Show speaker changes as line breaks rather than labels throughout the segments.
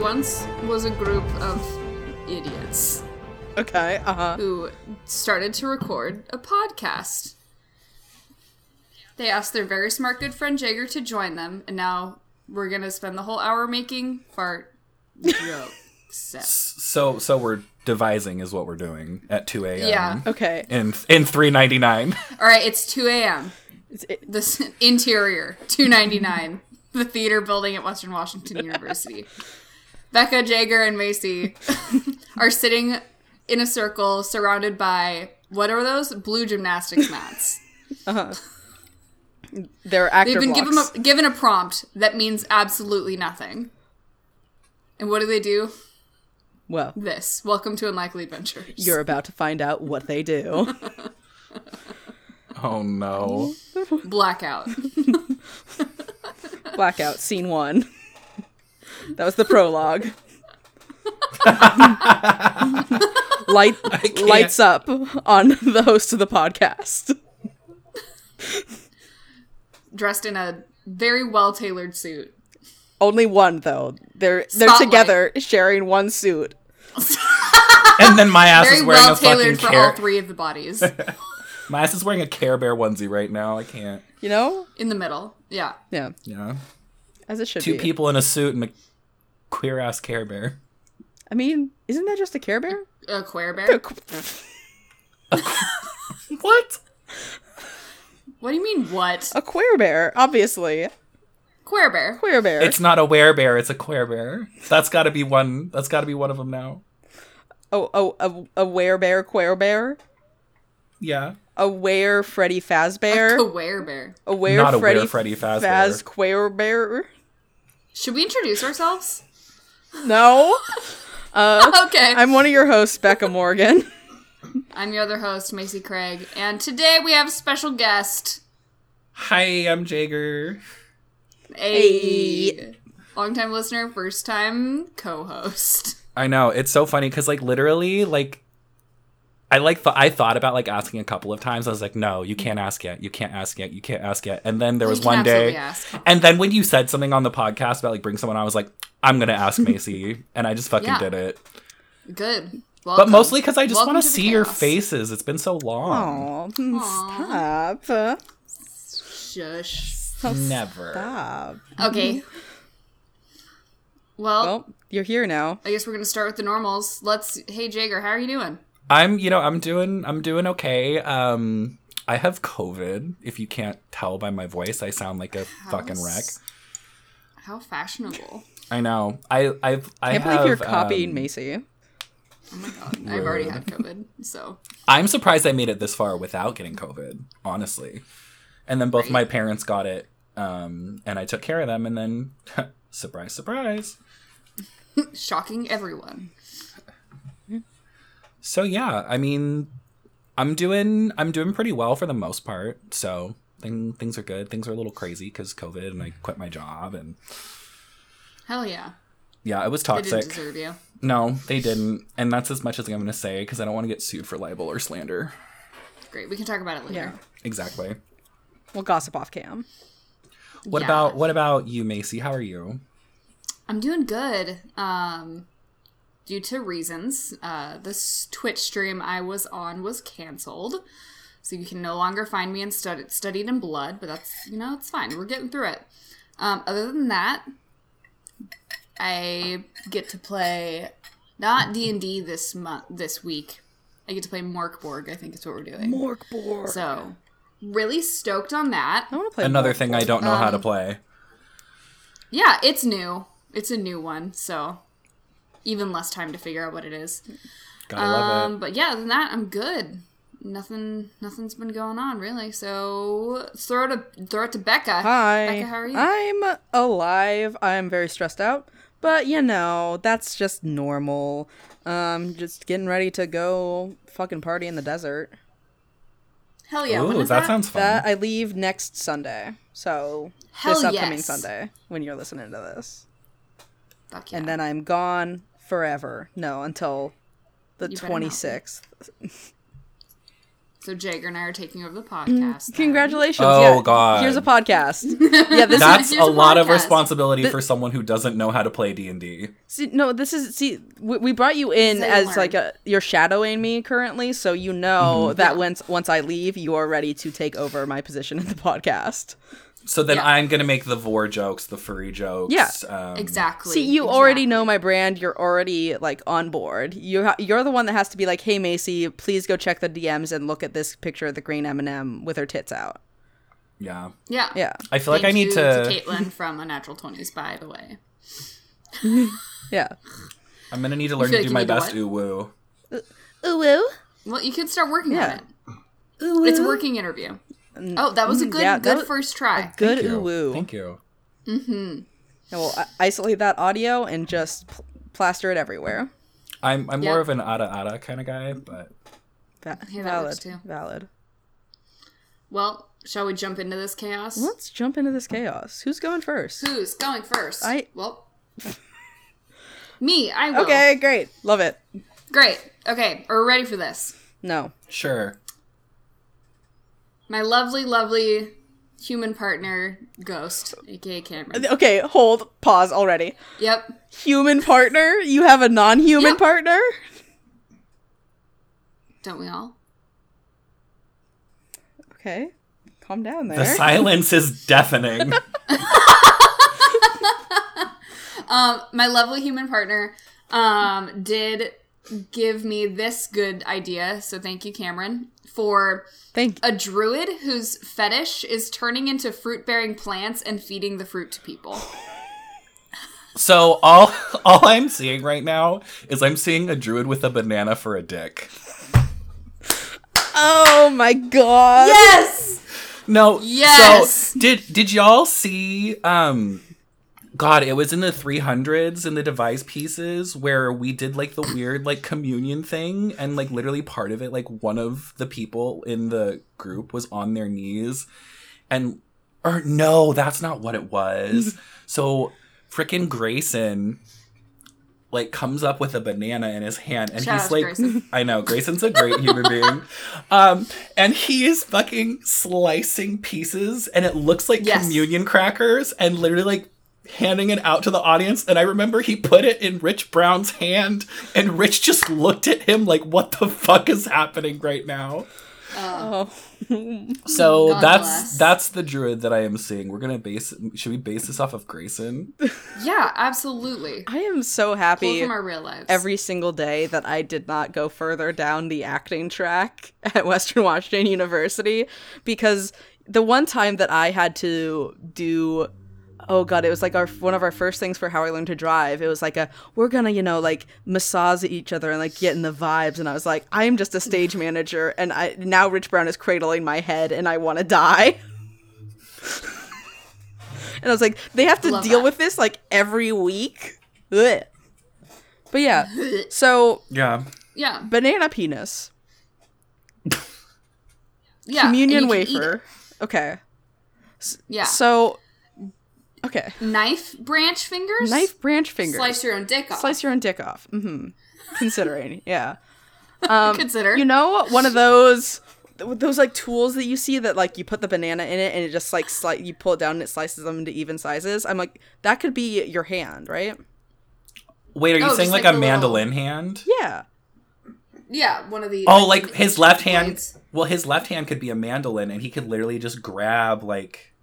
once was a group of idiots
Okay, uh huh.
who started to record a podcast. They asked their very smart good friend Jaeger to join them, and now we're gonna spend the whole hour making fart jokes.
So so we're devising is what we're doing at 2 a.m.
Yeah.
Okay.
In in 3.99.
All right, it's two a.m.
It's- it-
This interior two ninety nine, the theater building at Western Washington University. Becca Jaeger and Macy are sitting in a circle surrounded by what are those blue gymnastics mats.
they're actor
They've been
blocks.
given a, given a prompt that means absolutely nothing. And what do they do?
well,
This. Welcome to Unlikely Adventures.
you're about to find out what they do.
Oh no.
Blackout.
Blackout, scene one. That was the prologue. Light
can't.
lights up on the host of the podcast.
Dressed in a very well tailored suit.
Only one though. They're they're
Spotlight.
together sharing one suit.
And then my ass
Very
is wearing
well
a fucking
tailored for all
care.
three of the bodies.
My ass is wearing a Care Bear onesie right now. I can't.
You know?
in the middle. Yeah.
Yeah.
Yeah.
As it should
Two
be.
people in a suit and a queer ass Care Bear.
I mean, isn't that just a Care Bear?
A queer bear?
What?
What do you mean, what?
A Queer Bear, obviously.
Queer bear.
Queer Bear.
It's not a werebear. It's a queer bear. That's got to be one. That's got to be one of them now.
oh, oh, a, a Were Bear, Queer Bear.
Yeah.
A Were Freddy Fazbear.
A queer bear.
A Were
Not a
Freddy,
Were Freddy Fazbear.
Faz Queer Bear.
Should we introduce ourselves?
No.
Okay. I'm,
I'm one of your hosts, Becca Morgan.
your other host, Macy Craig, and today we have a special guest.
Hi, I'm Jager.
A longtime listener, first time co host.
I know it's so funny because like literally like. I like th- I thought about like asking a couple of times. I was like, no, you can't ask yet. You can't ask yet. You can't ask yet. And then there was
can
one day,
absolutely ask.
and then when you said something on the podcast about like bring someone, on, I was like, I'm gonna ask Macy, and I just fucking
Yeah.
did it.
Good.
But
Welcome.
mostly because I just
Welcome
want
to
to
the
see your
chaos.
faces. It's been so long.
Oh, stop.
Shush.
Never.
Stop.
Okay. Well,
Well, you're here now.
I guess we're gonna start with the normals. Let's. Hey, Jager, how are you doing?
I'm, you know, I'm doing, I'm doing okay. Um, I have COVID. If you can't tell by my voice, I sound like a fucking wreck.
How fashionable.
I know. I, I've, I
Can't believe you're
have,
copying
um,
Macy.
Oh my god, I've already had COVID, so
I'm surprised I made it this far without getting COVID, honestly. And then both my parents got it, um, and I took care of them. And then, surprise, surprise.
shocking everyone.
So yeah, I mean, I'm doing, I'm doing pretty well for the most part. So thing, things are good. Things are a little crazy because COVID, and I quit my job, and
Hell yeah,
yeah, it was
they didn't
toxic.
deserve you.
No, they didn't. And that's as much as I'm going to say because I don't want to get sued for libel or slander.
Great, we can talk about it later.
Yeah.
Exactly.
We'll gossip off cam.
What
Yeah.
about what about you, Macy? How are you?
I'm doing good. Um, due to reasons, uh, this Twitch stream I was on was canceled, so you can no longer find me in stud- studied in blood. But that's you know it's fine. We're getting through it. Um, other than that, I get to play not D and D this month this week. I get to play Morkborg. I think is what we're doing.
Morkborg.
So really stoked on that.
I want to play
Another
Morkborg.
thing I don't know how
Um,
to play.
Yeah, it's new. It's a new one, so even less time to figure out what it is.
Gotta love
Um,
it.
but yeah, other than that, I'm good. Nothing, nothing's been going on really. So throw it, to, throw it to Becca.
Hi.
Becca, how are you?
I'm alive. I'm very stressed out, but you know, that's just normal. Um, just getting ready to go fucking party in the desert.
Hell yeah! when
Ooh,
is
that sounds fun.
That I leave next Sunday. So
Hell
this upcoming
yes.
Sunday when you're listening to this.
Fuck yeah.
And then I'm gone forever. No, until the
You better not be.
26th.
So Jagger and I are taking
Mm,
over the podcast. then.
Congratulations.
Oh,
yeah.
God.
Here's a podcast. yeah, this is
That's
Here's
a
a
lot of
podcast.
responsibility for someone who doesn't know how to play D and D.
see, no, this is see we, we brought you in
So you
as
learn.
like a you're shadowing me currently, so you know that once once I leave, you are ready to take over my position in the podcast.
So then
Yeah.
I'm gonna make the vor jokes, the furry jokes.
Yeah.
um,
Exactly.
See, you already
exactly.
know my brand. You're already like on board. You ha- you're the one that has to be like, "Hey, Macy, please go check the DMs and look at this picture of the green M&M with her tits out."
Yeah,
Yeah.
Yeah.
I feel like I
Thank
need
you
to.
Caitlin from A Natural Twenties, by the way.
Yeah.
I'm gonna need to learn
feel
to
like
do
you
my
need to
best
what?
ooh woo.
Ooh. Ooh.
Well, you could start working on
Yeah. Mm.
it. It's a working interview. Oh, that was a good,
yeah, that
good
was-
first try.
Good
Thank you.
ooh woo.
Thank you.
And we'll i- isolate that audio and just pl- plaster it everywhere.
I'm I'm
Yeah.
more of an ada ada kind of guy, but
Va-
Hey, that
valid.
works too.
Valid.
Well, shall we jump into this chaos?
Let's jump into this chaos. Who's going first?
Who's going first?
I-
Well, me. I will.
Okay, great. Love it.
Great. Okay, are we ready for this?
No.
sure.
My lovely, lovely human partner, Ghost, aka Cameron.
Okay, hold. Pause already.
Yep.
Human partner? You have a non-human
Yeah.
partner?
Don't we all?
Okay. Calm down there.
The silence is deafening.
Um, my lovely human partner um, did give me this good idea, so thank you, Cameron, for
Thank
a druid whose fetish is turning into fruit-bearing plants and feeding the fruit to people.
so all all I'm seeing right now is I'm seeing a druid with a banana for a dick.
Oh my god.
Yes.
No.
Yes!
So did did y'all see um God, it was in the 300s in the device pieces where we did like the weird like communion thing and like literally part of it like one of the people in the group was on their knees and or no, that's not what it was. so frickin' Grayson like comes up with a banana in his hand and
Shout out
he's
to
like
Grayson.
I know Grayson's a great human being. Um and he is fucking slicing pieces and it looks like
Yes.
communion crackers and literally like handing it out to the audience and I remember he put it in Rich Brown's hand and Rich just looked at him like what the fuck is happening right now.
Oh.
So
Oh God
that's
bless.
that's the druid that I am seeing. We're going to base should we base this off of Grayson?
Yeah, absolutely.
I am so
Pull
happy.
from our real lives.
every single day that I did not go further down the acting track at Western Washington University because the one time that I had to do oh god it was like our one of our first things for how I learned to drive it was like a we're going to you know like massage each other and like get in the vibes and I was like I am just a stage manager and I now Rich Brown is cradling my head and I want to die and I was like they have to
Love
deal
that.
with this like every week Ugh. But yeah, so
Yeah.
yeah,
banana penis,
yeah. and
communion
you can eat
wafer. Okay,
it. Yeah.
so okay,
knife branch fingers.
knife branch finger, slice,
Slice your own dick off.
your own dick off. Mm-hmm. Considering, yeah, Um,
Consider.
you know, one of those th- those like tools that you see that like you put the banana in it and it just like slice you pull it down and it slices them into even sizes. I'm like that could be your hand, right?
Wait, are you
Oh,
saying
just
like,
like
a
the little-
mandolin hand?
Yeah.
yeah, one of the.
Oh, like his left hand.
blades.
Well, his left hand could be a mandolin, and he could literally just grab like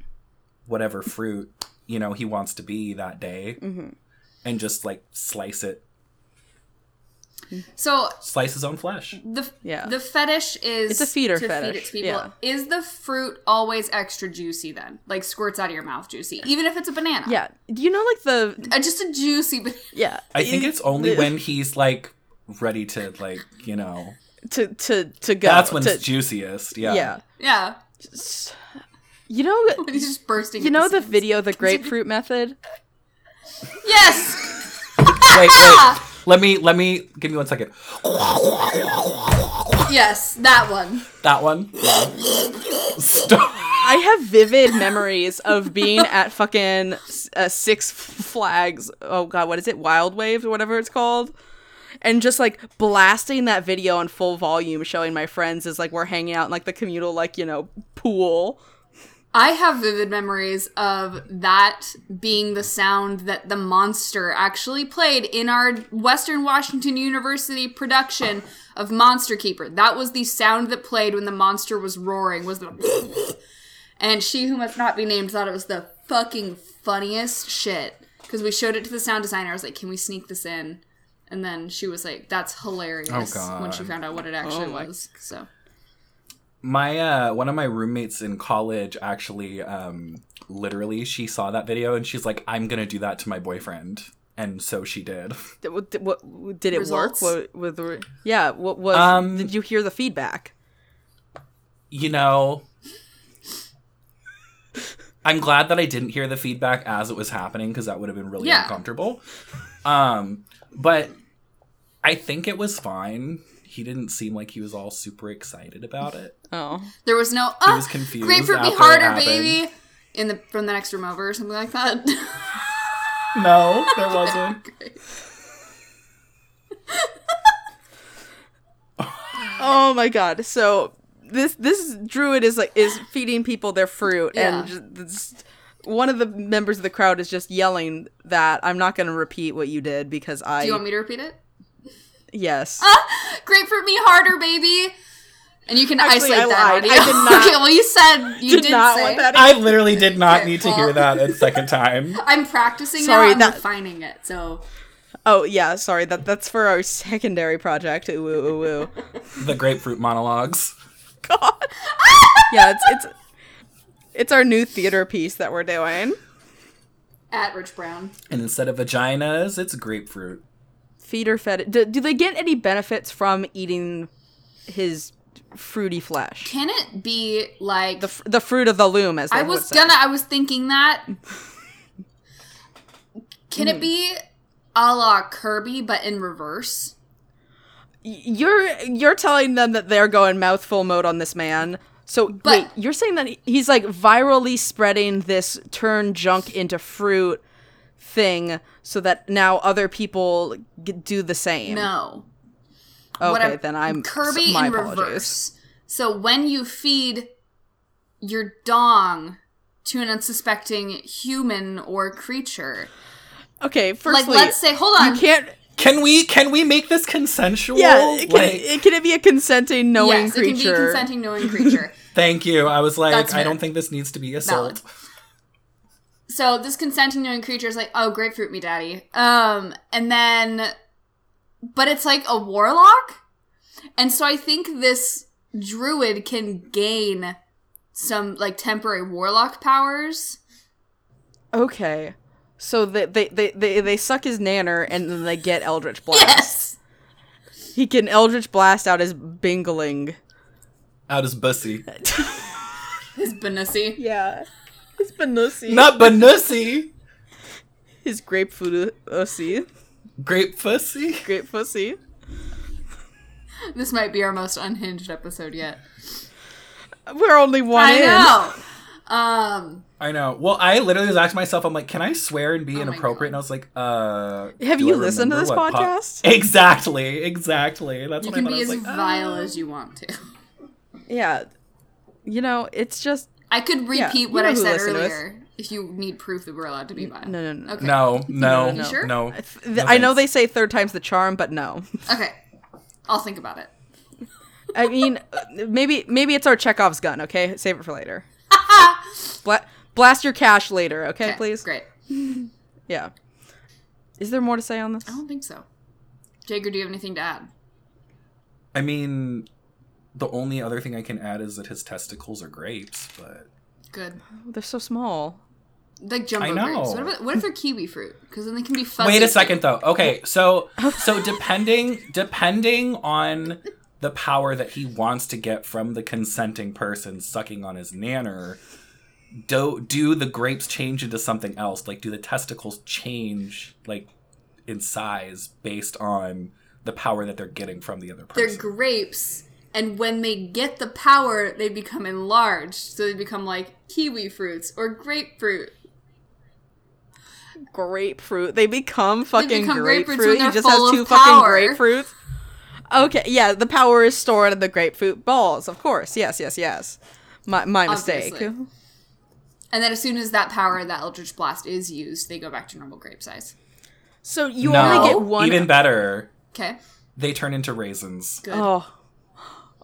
whatever fruit you know he wants to be that day,
Mm-hmm.
and just like slice it,
So
slice his own flesh.
the
Yeah.
the fetish is
It's a feeder
to feed it
fetish,
to people.
yeah.
Is the fruit always extra juicy then? Like squirts out of your mouth juicy, even if it's a banana.
Yeah. Do you know like the
Uh, just a juicy. Ba-
yeah?
I think
it-
it's only when he's like ready to like you know
to to to go.
that's when
to,
it's juiciest. Yeah.
yeah.
yeah,
You know,
he's just bursting.
You
at
know the
the seams.
video, the grapefruit method?
Yes.
Wait, wait. Let me let me give me one second.
Yes, that one.
That one. Yeah. Stop.
I have vivid memories of being at fucking uh, Six Flags. Oh God, what is it? Wild Waves or whatever it's called. and just like blasting that video on full volume, showing my friends as like we're hanging out in like the communal like you know pool.
I have vivid memories of that being the sound that the monster actually played in our Western Washington University production of Monster Keeper. That was the sound that played when the monster was roaring was the and she who must not be named thought it was the fucking funniest shit because we showed it to the sound designer. I was like, "Can we sneak this in?" And then she was like, "That's hilarious."
Oh, God.
when she found out what it actually
Oh, my-
was. So
my uh one of my roommates in college actually um literally she saw that video and she's like i'm gonna do that to my boyfriend and so she did
Did, what, did- what, did it
Results?
work? What, with the- yeah, what was?
Um,
did you hear the feedback?
you know i'm glad that i didn't hear the feedback as it was happening because that would have been really
Yeah.
uncomfortable um but i think it was fine he didn't seem like he was all super excited about it
Oh,
there was no oh,
was confused
grapefruit be
after it
harder,
happened."
baby. In the from the next room over or something like that.
no there wasn't
oh my God! So this this druid is like is feeding people their fruit,
Yeah.
and just, this- one of the members of the crowd is just yelling that I'm not going to repeat what you did because I
Do you want me Ah! to repeat it?
yes.
Grapefruit me harder, baby. And you can
Actually,
isolate
I
that
lied.
audio.
I did not-
okay, well you said you
did
did
not
say.
want that.
i literally did not
Okay,
need to
well-
hear that a second time
I'm practicing
Sorry,
now. I'm
that-
refining it. So
Oh yeah, sorry. That that's for our secondary project. Ooh, ooh, ooh, ooh.
the grapefruit monologues
God.
Ah!
yeah, it's it's it's our new theater piece that we're doing.
at Rich Brown.
And instead of vaginas, it's grapefruit.
Feeder fed. Do, do they get any benefits from eating his fruity flesh?
Can it be like
The f- the fruit of the loom, as they
I
would
was
say.
gonna. I was thinking that. Can
Hmm.
it be a la Kirby, but in reverse?
Y- You're you're telling them that they're going mouthful mode on this man. So wait, you're saying that he- he's like virally spreading this turn junk into fruit thing, so that now other people g- do the same.
No. What
Okay, then I'm
Kirby
s- my
in
apologies.
reverse. So when you feed your dong to an unsuspecting human or creature,
Okay,
like
firstly,
let's um, say, hold on,
you can't.
Can we can we make this consensual?
Yeah, it can,
like,
it, can it be a consenting, knowing
yes,
creature?
it can be consenting knowing creature.
thank you. I was like,
That's
I
fair.
don't think this needs to be assault.
so this consenting knowing creature is like, oh, grapefruit me, daddy. Um, and then, but it's like a warlock, and so I think this druid can gain some like temporary warlock powers.
Okay, so they, they they they they suck his nanner and then they get Eldritch Blast.
Yes,
He can Eldritch Blast out his bingling.
Out as bussy,
his Benussi.
Yeah, his banusi,
not banussy.
his grapefruit ussy,
Grape fussy.
uh, grape fussy.
This might be our most unhinged episode yet.
We're only one
I
in.
know. Um,
I know. Well, I literally was asking myself, I'm like, can I swear and be
my
inappropriate? And I was like, uh.
Oh Have
do
you
I
listened to
remember
this
what po-
podcast?
exactly, exactly. That's
you
what I
can
thought.
be
I
as
was like, ah.
vile as you want to.
Yeah, you know it's just
I could
Yeah,
repeat
you
what
know
I
who
said
listened to us.
earlier if you need proof that we're allowed to be vile.
no, no, no.
Okay.
No, no,
no,
no,
no.
Sure?
no.
Th- I know they
thanks.
say third time's the charm, but no.
Okay. I'll think about it.
I mean, uh, maybe maybe it's our Chekhov's gun. Okay, save it for later. Bla- blast your cash later. Okay,
Okay,
please.
Great.
Yeah. Is there more to say on this?
I don't think so. Jager, do you have anything to add?
I mean, the only other thing I can add is that his testicles are grapes, but.
Good.
They're so small.
Like jumbo
I know.
grapes. What, about, what if they're kiwi fruit? Because then they can be fuzzy.
Wait a second though. Okay, so so depending depending on the power that he wants to get from the consenting person sucking on his nanner, do do the grapes change into something else? Like do the testicles change like in size based on the power that they're getting from the other
They're
person?
grapes, and when they get the power, they become enlarged. So they become like kiwi fruits or grapefruit.
grapefruit. They become fucking
become grapefruits when
grapefruit.
they're
You just
full
have
of
two
power.
fucking grapefruits. Okay, yeah, the power is stored in the grapefruit balls, of course. Yes, yes, yes. My my mistake.
Obviously. And then as soon as that power, that Eldritch Blast is used, they go back to normal grape size.
So you
no,
only get one
even better.
Okay,
They turn into raisins.
good.
Oh.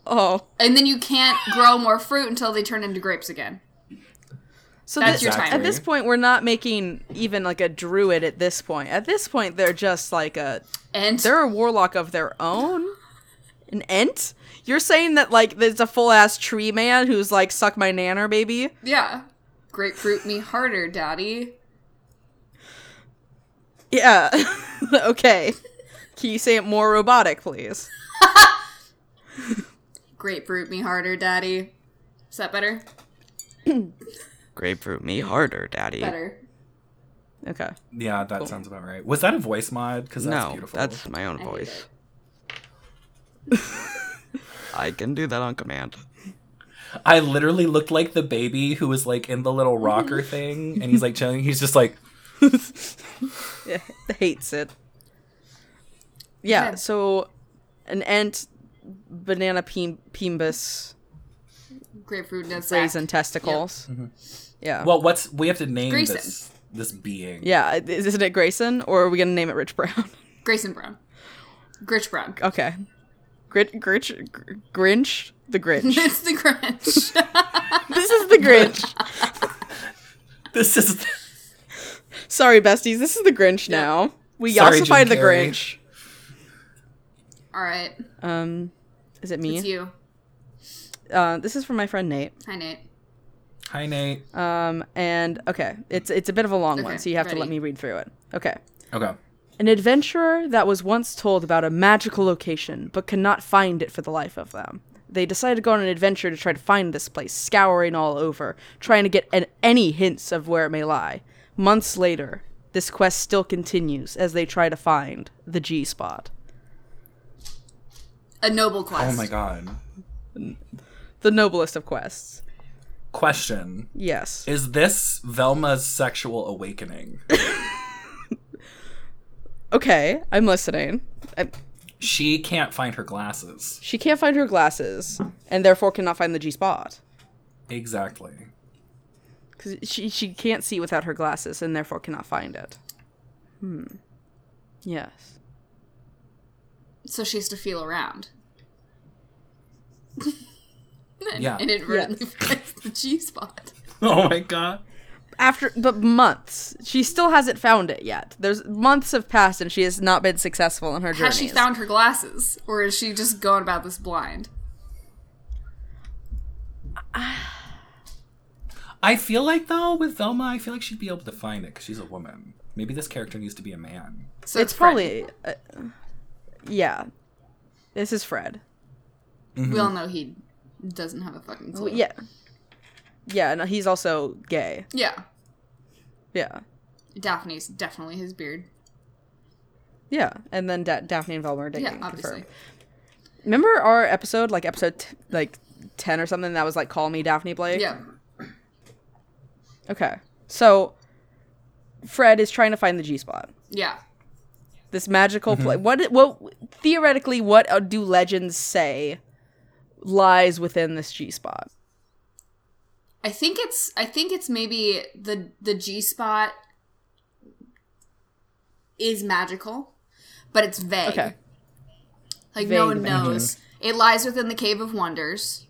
Oh.
And then you can't grow more fruit until they turn into grapes again.
So
That's
thi-
your time.
At this point, we're not making even like a druid. At this point, at this point, they're just like a
And
they're a warlock of their own, an ent. You're saying that like there's a full ass tree man who's like suck my nanner, baby.
yeah, grapefruit me harder, daddy.
Yeah. okay. Can you say it more robotic, please?
Grapefruit me harder, daddy. Is that better?
Grapefruit me harder, daddy.
Better.
Okay.
Yeah, that sounds about right. Was that a voice mod? Because that's
no,
beautiful.
that's my own
I hate
voice.
it.
I can do that on command.
I literally looked like the baby who was like in the little rocker thing, and he's like chilling. He's just like,
Yeah, hates it. Yeah.
Okay.
So, an ent, banana pim- pimbus,
Grapefruit does that.
raisin testicles.
Mm-hmm.
Yeah.
"Well, what's we have to name
Grayson.
this this being?"
Yeah, i- isn't it Grayson, or are we gonna name it Rich Brown?
Grayson Brown. Gritch Brown.
okay, Grit, Grinch, Gr- Grinch, the Grinch.
it's the Grinch.
this is the Grinch.
This is
Sorry, besties, this is the Grinch now. We
Sorry,
ossified
Jim
the
Carrey.
Grinch.
All right,
Um, is it
it's
me?
you.
Uh, this is from my friend Nate.
Hi, Nate.
hi Nate.
Um, and okay, it's it's a bit of a long one,
Okay,
so you have to let
ready.
me read through it. Okay.
Okay,
An adventurer that was once told about a magical location, but could not find it for the life of them. They decided to go on an adventure to try to find this place, scouring all over, trying to get an- any hints of where it may lie. Months later, this quest still continues as they try to find the G spot.
A noble quest.
oh my god.
The noblest of quests.
Question:
Yes.
Is this Velma's sexual awakening?
Okay, I'm listening. I-
she can't find her glasses.
she can't find her glasses, and therefore cannot find the G spot.
Exactly.
Because she, she can't see without her glasses and therefore cannot find it. Hmm. Yes.
So she has to feel around. and
Yeah.
inadvertently finds the G spot.
Oh my god.
after but months she still hasn't found it yet there's months have passed and she has not been successful in her journey
Has she found her glasses, or is she just going about this blind?
I feel like though with Velma, I feel like she'd be able to find it because she's a woman. Maybe this character needs to be a man.
So
it's
Fred.
probably uh, yeah this is fred
we all know he doesn't have a fucking clue.
yeah yeah and he's also gay
yeah.
yeah
Daphne's definitely his beard.
yeah and then da- daphne and velma are dating
yeah, obviously.
confirmed remember our episode like episode t- like 10 or something that was like call me daphne blake
Yeah.
okay so fred is trying to find the g spot
Yeah.
this magical place. What what theoretically what uh, do legends say lies within this G spot?
I think it's I think it's maybe the the G spot is magical, but it's vague.
Okay.
Like
Vague,
no one
vague.
knows. It lies within the Cave of Wonders.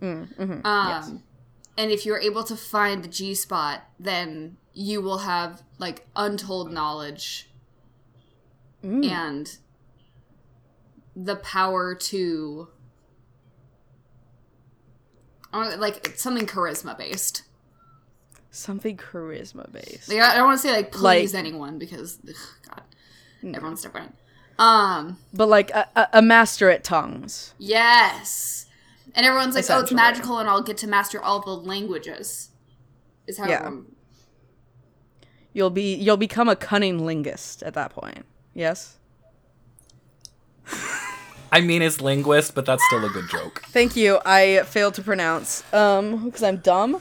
Mm, mm-hmm.
Um, and if you're able to find the G spot, then you will have like untold knowledge
Mm.
and the power to or, like something charisma based.
Something charisma based.
Like I I don't want to say like please
Like- Mm.
anyone because ugh, God, everyone's different. Um,
But like a, a, a master at tongues.
yes, and everyone's like, oh, it's
Essentially.
magical, and I'll get to master all the languages. Is how
Yeah.
everyone-
You'll be you'll become a cunning linguist at that point. Yes.
I mean, it's linguist, but that's still a good joke.
Thank you. I failed to pronounce um because I'm dumb.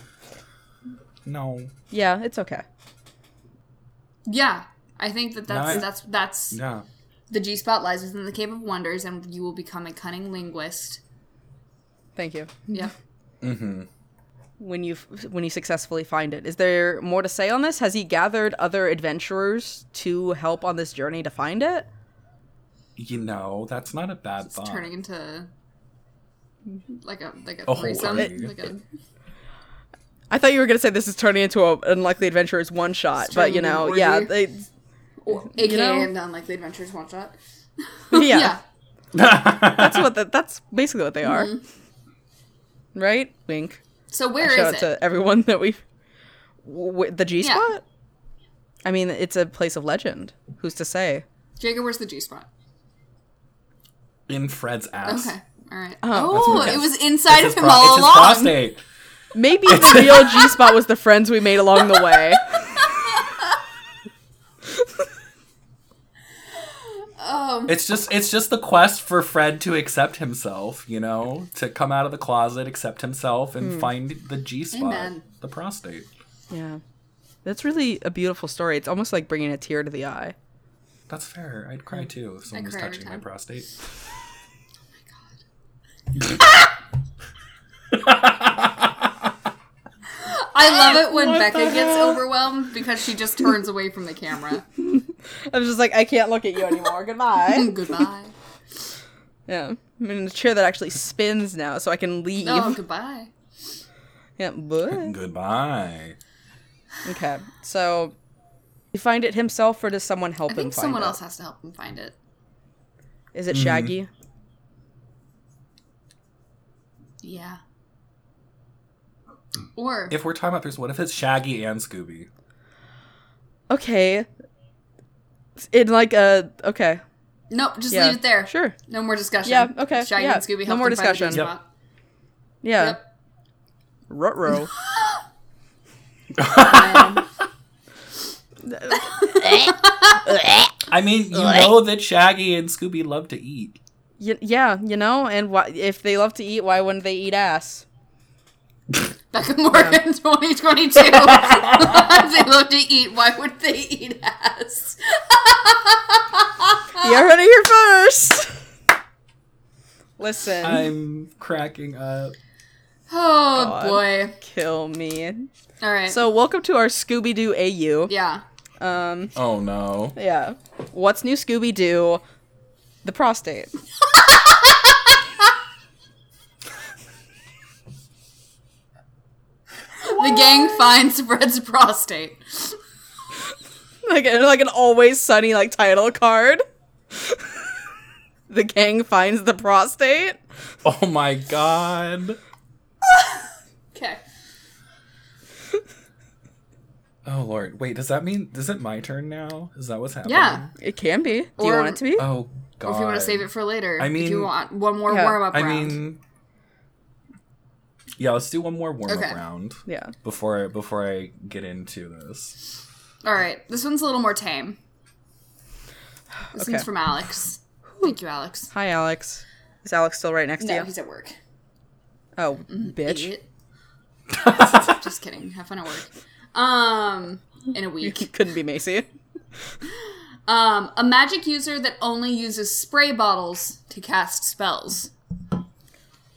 No.
Yeah, it's okay.
Yeah, I think that that's
Nice.
that's that's
Yeah.
the G spot lies within the Cave of Wonders, and you will become a cunning linguist.
Thank you.
Yeah.
Mm-hmm.
When you when you successfully find it, is there more to say on this? Has he gathered other adventurers to help on this journey to find it?
You know, that's not a bad
It's
thought.
turning into like a like a,
A whole
threesome.
party.
Like a,
I thought you were gonna say this is turning into a unlikely adventurers one shot, but you know,
Extremely
yeah,
worthy.
they,
or, AKA
know-
and Unlikely Adventures one shot.
yeah,
Yeah.
That's what the, that's basically what they are, right? Wink.
So Mm-hmm. where
Shout out
is it?
to everyone that we w- the G
Yeah.
spot. I mean, it's a place of legend. Who's to say?
Jacob, where's the G spot?
In Fred's ass.
Okay. All right.
that's
Oh,
what it
it
is.
was inside
It's his,
of him
pro-
all
it's his
along.
prostate.
Maybe the real G spot was the friends we made along the way.
It's just it's just the quest for Fred to accept himself, you know, to come out of the closet, accept himself, and find the G spot,
Hmm. Amen.
the prostate.
Yeah, that's really a beautiful story. It's almost like bringing a tear to the eye.
That's fair. I'd cry too if someone was
cry Hmm. every
touching my
time.
prostate.
I
Ah,
love it when
What
Becca
the
gets
hell?
overwhelmed because she just turns away from the camera.
I was just like, I can't look at you anymore. Goodbye.
goodbye.
yeah, I'm in a chair that actually spins now, so I can leave.
Oh, goodbye.
Yeah, but
Goodbye.
okay. So, you find it himself, or does someone help
I
him
think
find
someone
it?
else has to help him find it.
Is it Shaggy?
Yeah. Or
If we're talking about this, what if it's Shaggy and Scooby?
Okay. In like a okay.
no, just
Yeah.
leave it there.
Sure.
No more discussion.
Yeah, okay,
Shaggy
yeah.
and Scooby
No
helped
more
him find the
discussion.
G
Yep.
spot.
Yeah.
Yep.
Rutro.
I mean, you know that Shaggy and Scooby love to eat.
y- yeah, you know, and why, if they love to eat, why wouldn't they eat ass?
Becca Morgan 2022. if they love to eat, why would they eat ass? Ah.
You heard it here first. Listen,
I'm cracking up.
Oh, boy.
kill me.
All right.
So, welcome to our Scooby Doo AU.
yeah.
Um,
Oh no.
yeah. What's new, Scooby Doo? The prostate.
The gang finds Fred's prostate.
like a, like an always sunny like title card. the gang finds the prostate.
Oh my god.
Okay.
Oh lord. Wait, does that mean is it my turn now? Is that what's happening?
Yeah.
It can be. Do you
Or-
want it to be?
Oh god.
Or if you want to save it for later.
I
if
mean-
you want one more
Yeah.
warm up
I
round.
mean Yeah, let's do one more warm up
Okay.
round
yeah.
before before I get into this.
All right. This one's a little more tame. This
Okay.
one's from Alex. Thank you, Alex.
Hi, Alex. Is Alex still right next
No,
to you?
he's at work.
Oh, bitch.
Idiot. Just kidding. Have fun at work. Um, in a week.
Couldn't be Macy.
Um, a magic user that only uses spray bottles to cast spells.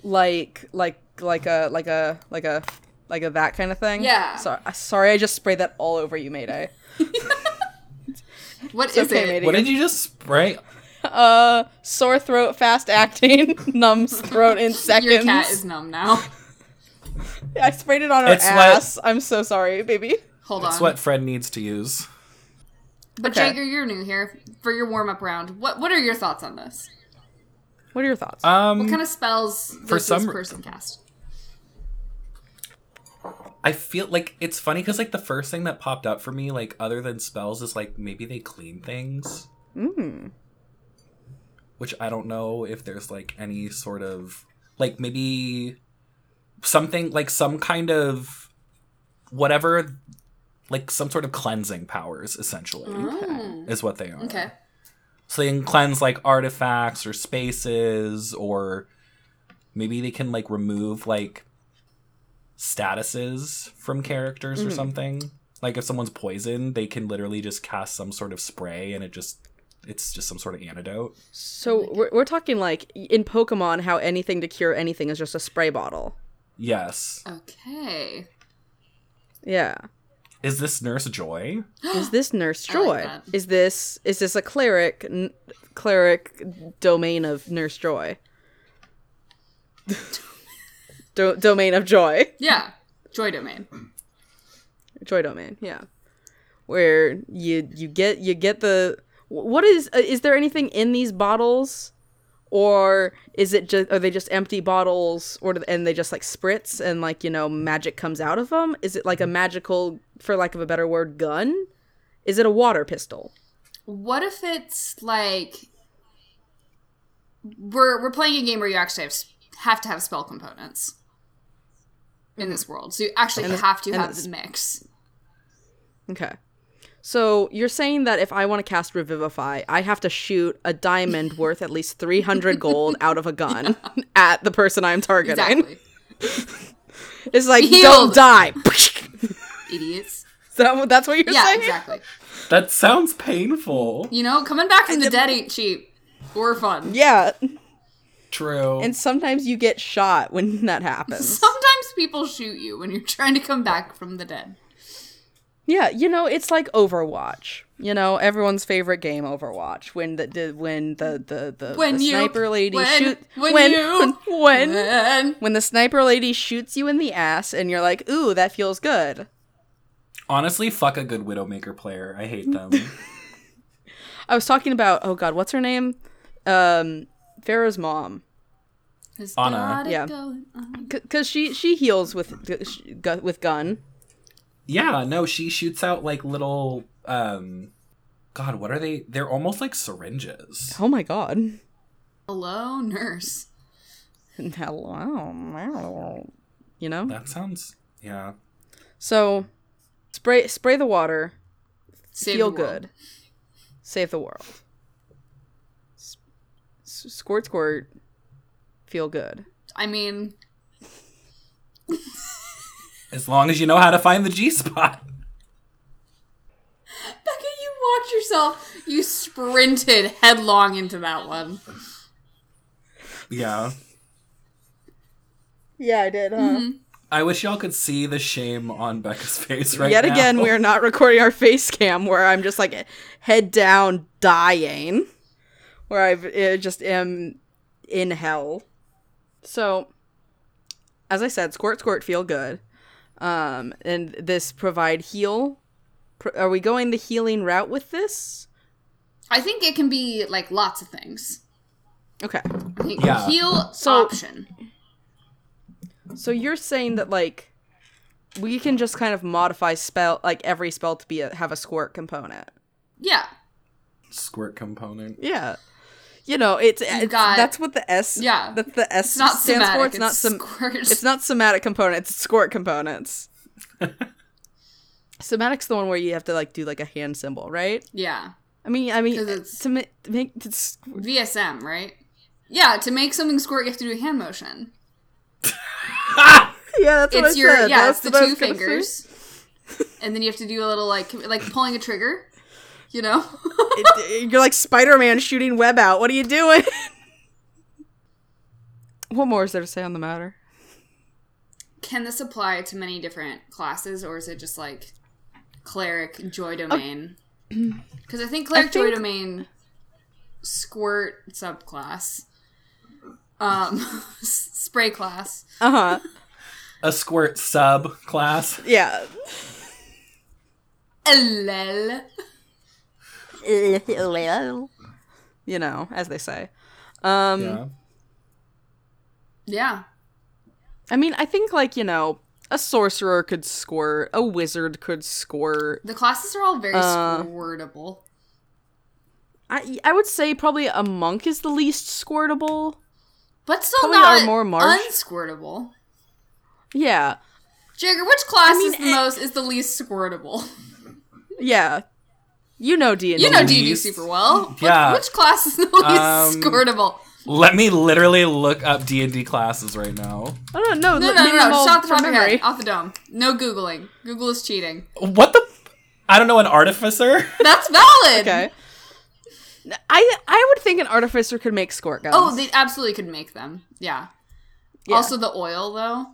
Like, like, like a, like a, like a, like a that kind of thing.
Yeah.
Sorry, sorry, I just sprayed that all over you, Mayday.
What is
okay,
it?
matey.
What did you just spray?
Uh, sore throat, fast acting, numbs throat in seconds.
Your cat is numb now.
I sprayed it on her
It's what-
ass. I'm so sorry, baby.
Hold
That's
on.
what Fred needs to use.
But
Okay.
Jager, you're new here for your warm up round. What What are your thoughts on this?
What are your thoughts?
Um
What kind of spells does
For some
this
re-
person cast?
I feel like it's funny because like the first thing that popped up for me, like other than spells, is like maybe they clean things.
Mm.
Which I don't know if there's like any sort of like maybe something like some kind of whatever like some sort of cleansing powers essentially
Oh.
is what they are.
Okay.
So they can cleanse like artifacts or spaces, or maybe they can like remove like statuses from characters or something. Like if someone's poisoned, they can literally just cast some sort of spray and it just it's just some sort of antidote.
So we're, we're talking like in Pokemon, how anything to cure anything is just a spray bottle.
Yes.
Okay.
Yeah.
Is this Nurse Joy?
Is this Nurse
I like
Joy?
that.
is this is this a cleric n- cleric domain of Nurse Joy? Do- domain of Joy,
Yeah. Joy domain.
Joy domain. Yeah, where you you get you get the what is uh, is there anything in these bottles, or is it just are they just empty bottles, or do- and they just like spritz and like you know magic comes out of them? Is it like a magical, for lack of a better word, gun? Is it a water pistol?
What if it's like we're we're playing a game where you actually have s- have to have spell components in this world, so you actually have to
and
have
it's-
the mix.
Okay. So you're saying that if I want to cast Revivify, I have to shoot a diamond worth at least 300 gold out of a gun at the person I'm targeting.
Exactly,
It's like,
Healed.
don't die.
idiots.
so that's what you're
Yeah,
saying?
exactly.
That sounds painful.
You know, coming back from the dead ain't cheap or fun.
Yeah.
True.
And sometimes you get shot when that happens.
Sometimes people shoot you when you're trying to come back from the dead.
Yeah, you know, it's like Overwatch. You know, everyone's favorite game, Overwatch. When the, the when the the, the,
When
the
you-
sniper lady
when-
shoots
when you-
when when
And
when the sniper lady shoots you in the ass and you're like, ooh, that feels good.
Honestly, fuck a good Widowmaker player. I hate them.
I was talking about, oh god, what's her name? Um, Pharaoh's mom.
Has
Anna.
got it
Yeah.
going on.
Because she, she heals with, gu- sh- gu- with gun.
yeah, no, she shoots out like little um God, what are they? They're almost like syringes.
Oh my god.
Hello, nurse.
Hello. You know?
That sounds yeah.
So, spray, spray the water,
Save
feel
the world.
good, save the world. S- s- squirt, squirt, feel good.
I mean,
As long as you know how to find the G spot.
Becca, you walked yourself. You sprinted headlong into that one.
Yeah.
Yeah, I did, huh?
I wish y'all could see the shame on Becca's face right
Yet
now.
again, we are not recording our face cam where I'm just like head down dying, where I've uh, just am in hell. So, as I said, squirt, squirt, feel good, um, and this provide heal. Pro- Are we going the healing route with this?
I think it can be like lots of things.
Okay.
I think
Yeah.
heal
So-
option.
So you're saying that like we can just kind of modify spell like every spell to be a, have a squirt component.
Yeah.
squirt component.
Yeah. You know, it's, it's-
got-
that's what the S
Yeah.
that's the S
It's not
stands
somatic.
for. It's, not some
squirt.
it's not somatic components, it's squirt components. Somatic's the one where you have to like do like a hand symbol, right?
yeah.
I mean, I mean eh,
'Cause it's-
to, ma- to make it's,
VSM, right? Yeah. To make something squirt, you have to do a hand motion.
yeah, that's what
it's
I
your
said.
yeah.
that's
It's the
what I was
two
gonna say.
fingers, and then you have to do a little like like pulling a trigger. You know.
It- you're like Spider-Man shooting web out. What are you doing? what more is there to say on the matter?
Can this apply to many different classes, or is it just like cleric joy domain? Because I think cleric joy
Oh. think-
domain squirt subclass, um, spray class.
Uh-huh.
A squirt sub class.
Yeah.
LL.
you know, as they say. Um
Yeah.
Yeah,
I mean, I think like, you know, a sorcerer could squirt, a wizard could squirt.
the classes are all very
Uh.
squirtable.
I I would say probably a monk is the least squirtable.
But still
Probably
not
are more marsh-
unsquirtable.
Yeah.
Jagger, which class
mean,
is
eh.
the most is the least squirtable?
Yeah. You know D&D.
You know
least-
DD super well. Which-
Yeah.
Which, class is the least
Um,
squirtable?
Let me literally look up D and D classes right now.
I don't know.
No,
let
no,
me
no, no.
roll
Just off the Um, top
from
of your head.
memory.
Off the dome. No Googling. Google is cheating.
What the? I don't know an artificer.
That's valid.
Okay. I I would think an artificer could make squirt guns.
Oh, they absolutely could make them. Yeah.
Yeah.
Also, the oil, though.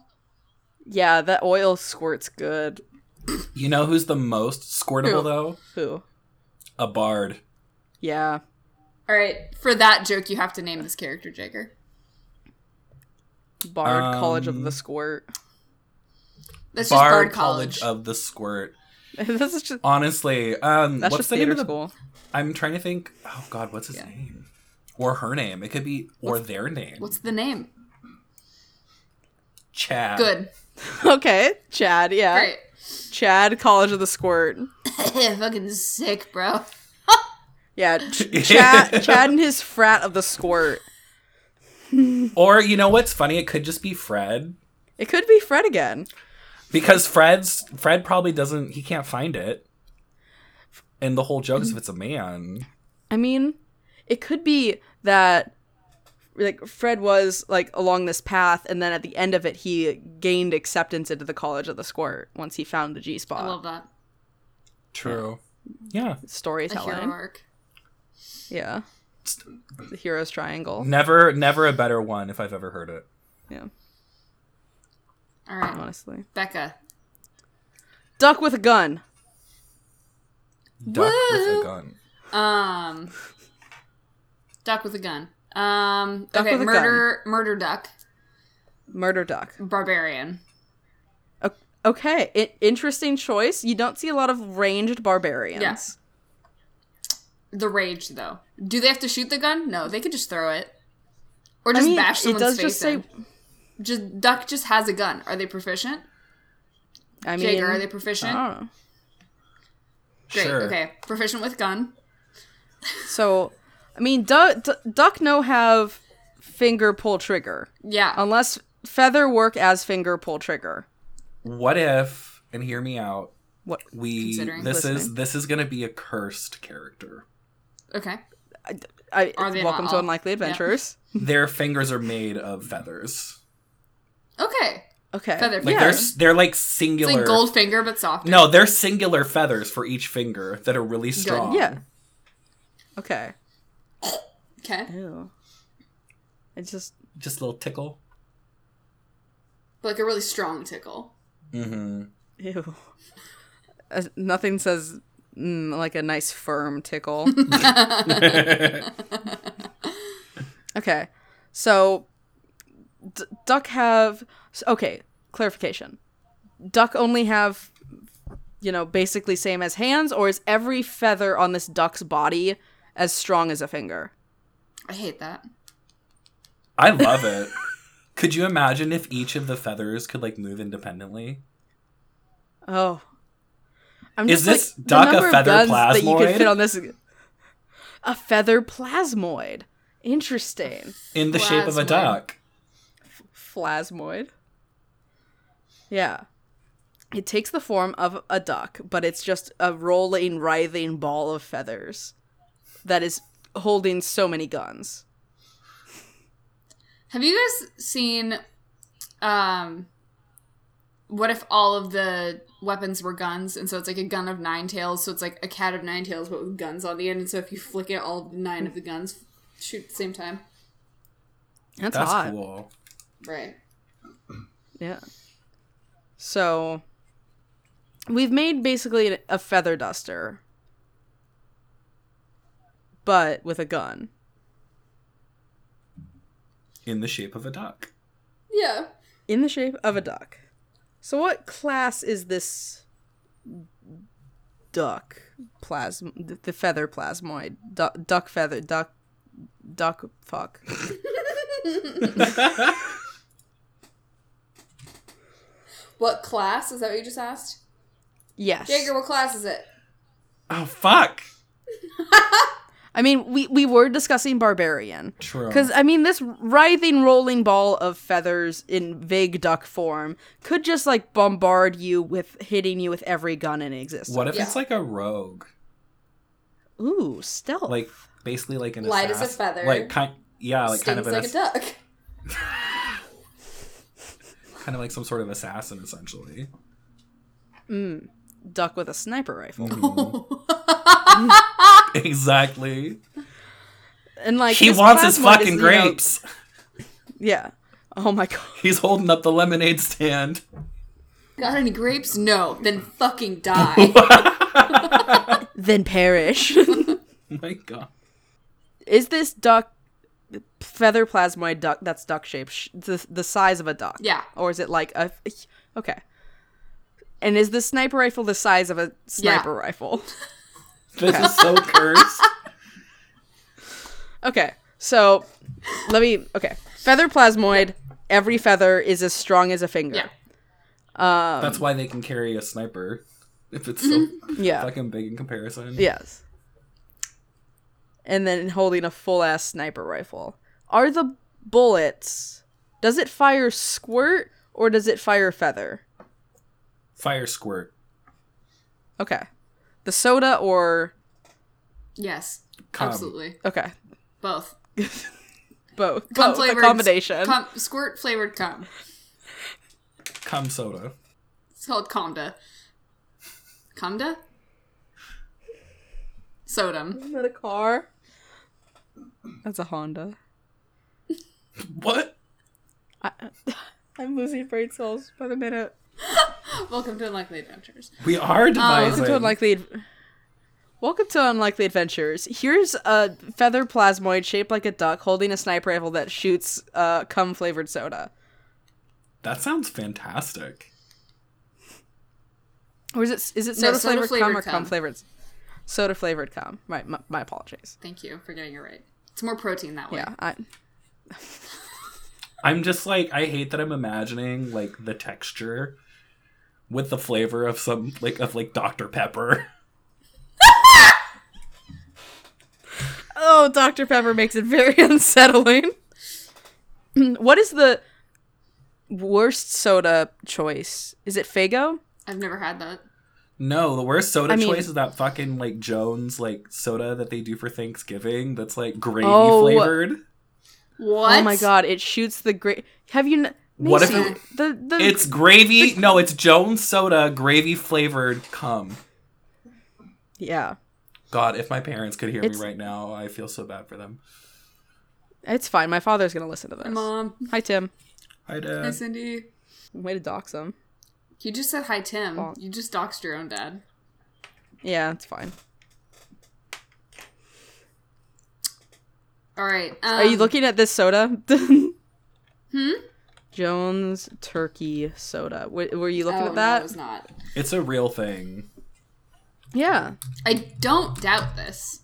yeah, that oil squirts good.
You know who's the most
Who?
squirtable though?
Who?
A bard.
Yeah.
All right. For that joke, you have to name this character Jigger.
Bard College of
Um,
the Squirt.
That's just
bard
Bard College.
of the Squirt.
this is just
Honestly, um,
that's
what's
just
the name
theater
of the?
school.
I'm trying to think. Oh God, what's his name? Or her name? It could be or their name.
What's the name?
Chad?
Good.
Okay, Chad. Yeah,
Great.
Chad College of the Squirt.
Fucking sick, bro.
Yeah, Ch- Chad. Chad and his frat of the Squirt.
Or you know what's funny? It could just be Fred
It could be Fred again.
because Fred's Fred probably doesn't. He can't find it. And the whole joke is if it's a man.
I mean, it could be that like Fred was like along this path, and then at the end of it, he gained acceptance into the College of the Squirt once he found the G
I
spot.
love that.
True. Yeah.
A hero
Storytelling,
arc.
yeah. The hero's triangle.
Never, never a better one if I've ever heard it.
Yeah,
All right.
honestly,
Becca.
duck with a gun.
Duck with
Woo!
a gun.
Um. Duck with a gun. Um.
Duck
okay.
with a
murder. Murder duck.
Murder duck.
Barbarian.
O- Okay, I- interesting choice. You don't see a lot of ranged barbarians.
Yes. The rage, though. Do they have to shoot the gun? No, they could just throw it, or
I
just
mean,
bash
it
someone's
does
face
just say.
in. Just duck just has a gun. Are they proficient?
I mean,
Jager, are they
I
proficient?
don't know.
Great.
oh, Sure.
Okay. Proficient with gun.
So, I mean, duck d- duck no have finger pull trigger
Yeah.
unless feather work as finger pull trigger.
What if? And hear me out.
What?
We
Considering.
this is
Listening.
this is gonna be a cursed character.
okay.
I,
Are they
welcome
not
to
all?
Unlikely
Yeah.
Adventures.
Their fingers are made of feathers.
Okay.
Okay.
Feather
Like
Yeah.
they're they're like
It's
singular.
like Goldfinger, but softer.
No, they're singular feathers for each finger that are really strong.
Yeah. Okay.
Okay.
Ew. I just
Just a little tickle.
But like a really strong tickle.
Mm-hmm.
ew. Uh, nothing says mm, like a nice firm tickle. Okay. So, d- duck have. s- Okay, clarification. Duck only have, you know, basically same as hands, or is every feather on this duck's body as strong as a finger?
I hate that.
I love it. could you imagine if each of the feathers could like move independently?
Oh. I'm
Is
like,
this
the
duck a
number of
feather
guns That you could
plasmoid?
fit on this. A feather plasmoid. Interesting.
In the shape of a
Plasmoid.
duck.
Plasmoid. Yeah. It takes the form of a duck, but it's just a rolling, writhing ball of feathers that is holding so many guns.
Have you guys seen um what if all of the weapons were guns and so it's like a gun of nine tails, so it's like a cat of nine tails but with guns on the end and so if you flick it all nine of the guns shoot at the same time.
That's,
That's
hot.
cool.
Right.
Yeah. So we've made basically an- a feather duster, but with a gun.
In the shape of a duck.
Yeah.
in the shape of a duck. So what class is this duck plasm th- the feather plasmoid du- duck feather duck duck fuck
What class? Is that what you just asked?
yes
Jager, what class is it?
Oh fuck.
I mean we we were discussing barbarian
True.
because I mean this writhing rolling ball of feathers in vague duck form could just like bombard you with hitting you with every gun in existence
What if
Yeah.
it's like a rogue?
ooh stealth
Like basically like an
Light as a
assassin-
feather.
Like kind yeah, like kind of
Stings
an
like a
ass-
duck.
kind of like some sort of assassin essentially.
Duck with a sniper rifle.
Mm-hmm. exactly.
And like
He
this
wants
plasmoid
his
is,
fucking
you know-
grapes.
yeah. Oh my god.
He's holding up the lemonade stand.
Got any grapes? No. Then fucking die.
Then perish.
Oh My god.
is this duck feather plasmoid duck that's duck shaped sh- the, the size of a duck
Yeah.
or is it like a okay and is the sniper rifle the size of a sniper rifle
This is so cursed.
okay so let me okay feather plasmoid every feather is as strong as a finger
yeah. Um,
That's why they can carry a sniper. If it's so
yeah
fucking big in comparison.
yes and then holding a full ass sniper rifle are the bullets does it fire squirt or does it fire feather
Fire squirt.
Okay. The soda or
Yes.
Cum.
Absolutely.
okay,
Both.
both.
Cum
both a
flavored
combination.
Cum, squirt flavored cum.
Cum soda.
It's called Comda. Comda? Sodom.
Isn't that a car? That's a Honda.
What?
I'm losing brain cells by the minute.
Welcome to Unlikely Adventures.
We
Oh,
are
Welcome
devising.
to unlikely. Ad- Welcome to unlikely adventures. Here's a feather plasmoid shaped like a duck holding a sniper rifle that shoots uh, cum flavored soda.
that sounds fantastic.
Or is it is it
No,
soda flavored
soda-flavored
cum or
cum.
cum flavored? Soda flavored cum. My, my my apologies.
Thank you for getting it right. It's more protein that way.
Yeah, I,
I'm just like I hate that I'm imagining like the texture with the flavor of some like of like Dr. Pepper.
Oh, Dr. Pepper makes it very unsettling. what is the worst soda choice? Is it Fago?
I've never had that.
No, the worst soda
I mean-
choice is that fucking like Jones like soda that they do for Thanksgiving that's like gravy
Oh.
flavored.
What?
Oh my god, it shoots the great. Have you. N-
What if
Macy,
it-
the, the
It's gravy. No, it's Jones soda gravy flavored cum.
yeah,
God, if my parents could hear
It's-
me right now, I feel so bad for them.
it's fine. My father's gonna listen to this.
Mom.
Hi Tim,
Hi,
Hi,
Dad.
Cindy.
way to dox him.
You just said hi, Tim.
Bonk.
You just doxed your own dad.
Yeah, it's fine.
All right. Um, Hmm?
Are you looking at this soda? Jones Turkey Soda. W- were you looking
oh,
at
No,
that?
I was not.
It's a real thing.
Yeah.
I don't doubt this.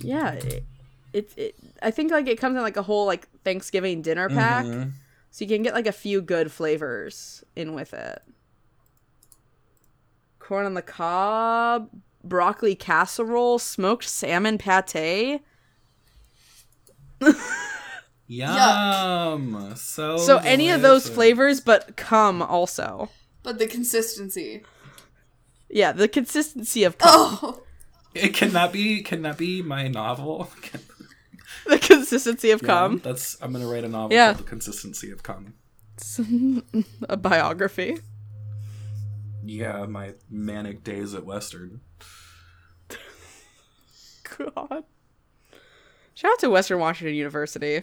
Yeah, it, it, it. I think like it comes in like a whole like Thanksgiving dinner pack,
Mhm.
so you can get like a few good flavors in with it. Corn on the cob, broccoli casserole, smoked salmon pate.
Yum. So
so any of those
delicious.
flavors, but cum also.
But the consistency.
Yeah, the consistency of cum.
Oh,
It can that be can that be my novel? Can-
The consistency of
Yeah,
cum.
Um, that's I'm gonna write a novel
Um, Yeah.
called The Consistency of Cum.
A biography.
Yeah, my manic days at Western.
God. Shout out to Western Washington University.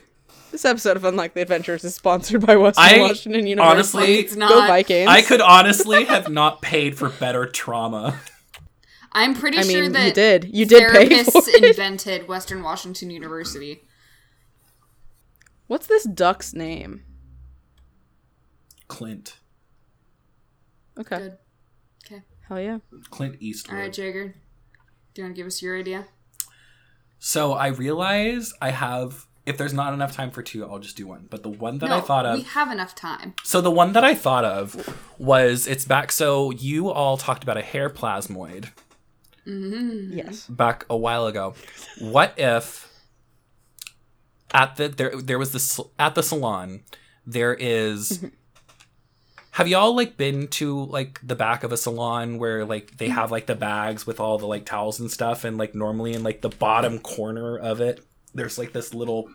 This episode of Unlikely Adventures is sponsored by Western
I-
Washington University.
honestly,
it's not.
Go Vikings.
I could honestly have not paid for better trauma.
I'm pretty
I
sure
mean,
that
you did. You did pay for
therapists
it.
invented Western Washington University.
What's this duck's name?
Clint.
Okay.
Good. Okay.
Hell yeah.
Clint
All
Eastwood.
right, Jagger. Do you want to give us your idea?
So I realized I have if there's not enough time for two, I'll just do one. But the one that I thought of
we have enough time.
So the one that I thought of was it's back. So you all talked about a hair plasmoid
Mm-hmm.
Yes.
back a while ago. What if at the there there was this at the salon there is- Have y'all like been to like the back of a salon where like they have like the bags with all the like towels and stuff and like normally in like the bottom corner of it there's like this little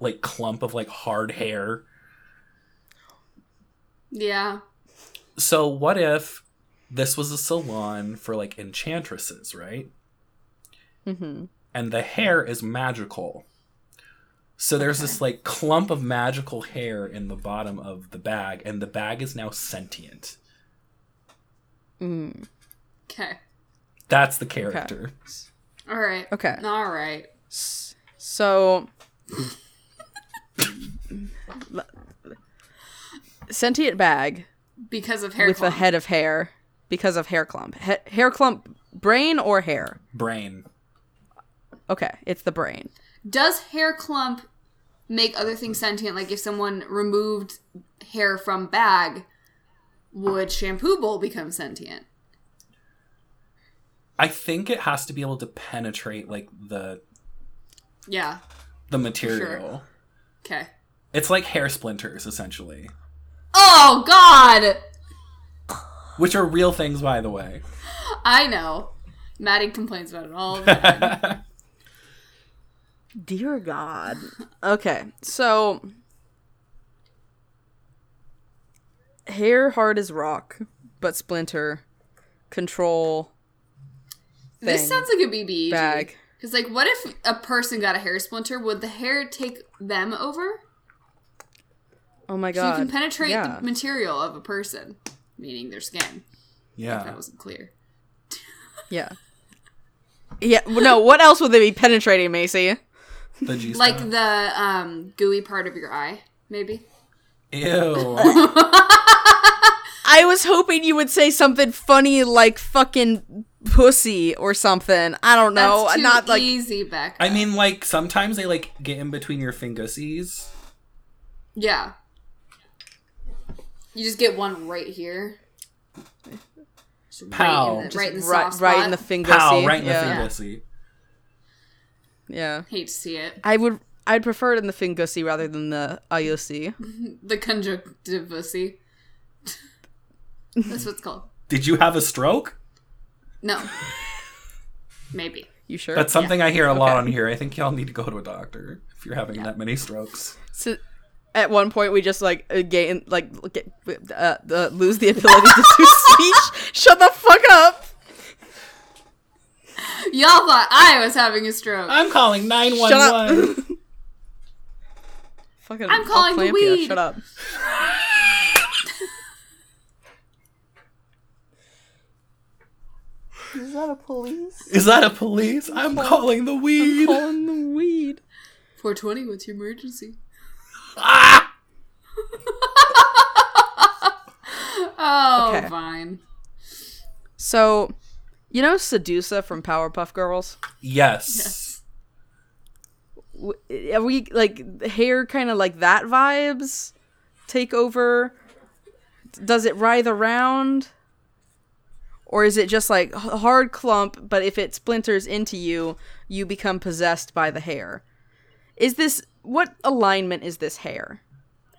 like clump of like hard hair.
Yeah.
So what if this was a salon for like enchantresses, right?
Mm-hmm.
and the hair is magical. So there's this like clump of magical hair in the bottom of the bag, and the bag is now sentient.
Mm.
Okay.
That's the character.
All right.
Okay.
All right.
S- So, sentient bag
Because of hair
with
clump.
a head of hair because of hair clump. He- hair clump, brain or hair?
Brain.
Okay, it's the brain.
Does hair clump make other things sentient? Like if someone removed hair from bag, would shampoo bowl become sentient?
I think it has to be able to penetrate like the
Yeah.
the material.
Okay.
It's like hair splinters essentially,
Oh God!
which are real things by the way.
I know. Maddie complains about it all the time.
Dear God. Okay, so hair hard as rock, but splinter control
This
thing.
sounds like a BB
bag.
Because like, what if a person got a hair splinter? Would the hair take them over?
Oh my
So
God!
you can penetrate
yeah.
the material of a person, meaning their skin. If
Oh.
Yeah.
that wasn't clear.
Yeah. Yeah. well, No. What else would they be penetrating, Macy?
The G
Like the um, gooey part of your eye, maybe.
Ew.
I was hoping you would say something funny like fucking pussy or something. I don't know.
That's too
uh,
e-
Not like
easy, Beck.
I mean like sometimes they like get in between your fingersies.
yeah. You just get one right here. Just
Pow.
Right in the,
Just
right in the
right,
soft
right in the
spot.
finger.
Pow,
see?
right in the
yeah.
fingersie.
Yeah.
Hate to see it.
I would. I'd prefer it in the fingussy rather than the IOC.
The conjunctivussy. That's what it's called.
Did you have a stroke?
No. Maybe.
You sure?
That's something I hear a lot on here. I think y'all need to go to a doctor if you're having that many strokes.
So, at one point, we just like uh, gain like get, uh, uh, lose the ability to do speech. Shut the fuck up.
Y'all thought I was having a stroke.
I'm calling
up. Fucking,
I'm
I'll
calling the
clamp ya.
weed.
Shut up. Is that a police?
Is that a police? I'm calling the weed.
Calling the weed.
420, what's your emergency?
Ah!
Oh,
Okay.
fine.
So, you know Sedusa from Powerpuff Girls?
Yes.
Yes.
W- Are we like hair kind of like that vibes? Take over? Does it writhe around? Or is it just like h- hard clump, but if it splinters into you, you become possessed by the hair? Is this what alignment is this hair?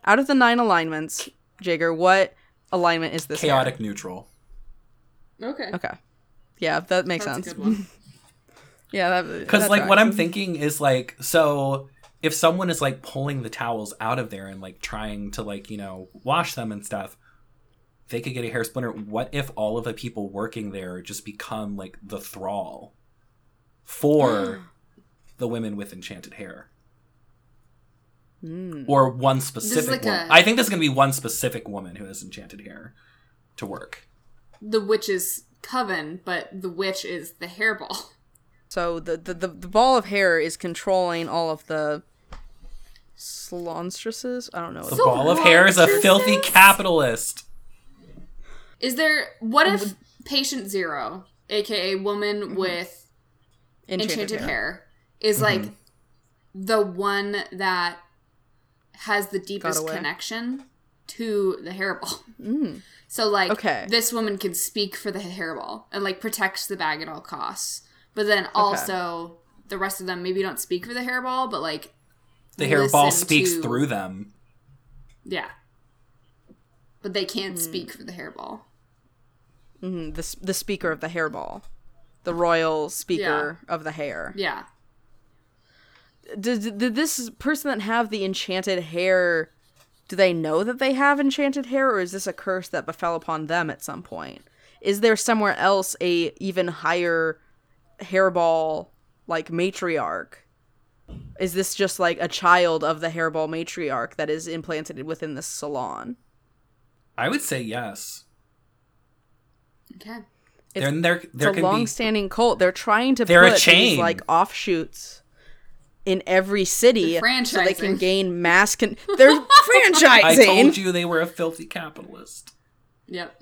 Out of the nine alignments, Jigger, what alignment is this? hair?
Chaotic neutral.
Okay.
Okay. Yeah, that makes
That's a
sense.
good one.
Yeah, that
Because
that
like what
tracks.
I'm thinking is like so if someone is like pulling the towels out of there and like trying to like you know wash them and stuff, they could get a hair splinter. What if all of the people working there just become like the thrall for the women with enchanted hair?
Hmm.
Or one specific
like
woman.
a-
I think there's going to be one specific woman who has enchanted hair to work.
The witch's coven, but the witch is the hairball.
So the, the, the, the ball of hair is controlling all of the slonstresses? I don't know.
The
So
ball of hair is a
righteous.
filthy capitalist.
Is there. What if patient zero, aka woman with
Enchanted,
enchanted hair,
hair.
is like the one that has the deepest
away. Mm.
connection to the hairball? So like
Okay.
this woman can speak for the hairball and like protects the bag at all costs. But then also the rest of them maybe don't speak for the hairball, but like
The hairball
listen
speaks
to-
through them.
yeah. But they can't
Hmm.
speak for the hairball.
Mhm, The, s- the speaker of the hair ball. The royal speaker of the hair.
Yeah.
did, did this person that have the enchanted hair do they know that they have enchanted hair or is this a curse that befell upon them at some point is there somewhere else a even higher hairball like matriarch is this just like a child of the hairball matriarch that is implanted within this salon
I would say yes.
Okay.
It's-
then there, there
it's a
can be.
long-standing cult. They're trying to
They're a
put
chain.
these like offshoots in every city,
They're
so they can
franchising.
gain mass. Con- they're
I
franchising.
told you they were a filthy capitalist.
Yep.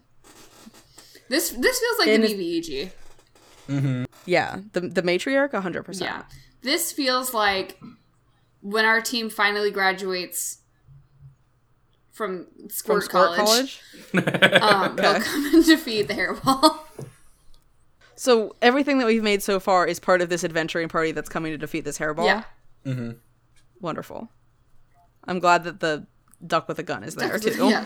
This this feels like
And
the E
it's-
BBEG.
Yeah, the the matriarch,
Yeah.
hundred percent.
This feels like when our team finally graduates from
From
Squirt,
Squirt
College,
College.
Um, they'll come and defeat the hairball.
So everything that we've made so far is part of this adventuring party that's coming to defeat this hairball.
Yeah.
wonderful. I'm glad that the duck with a gun is there too.
Yeah.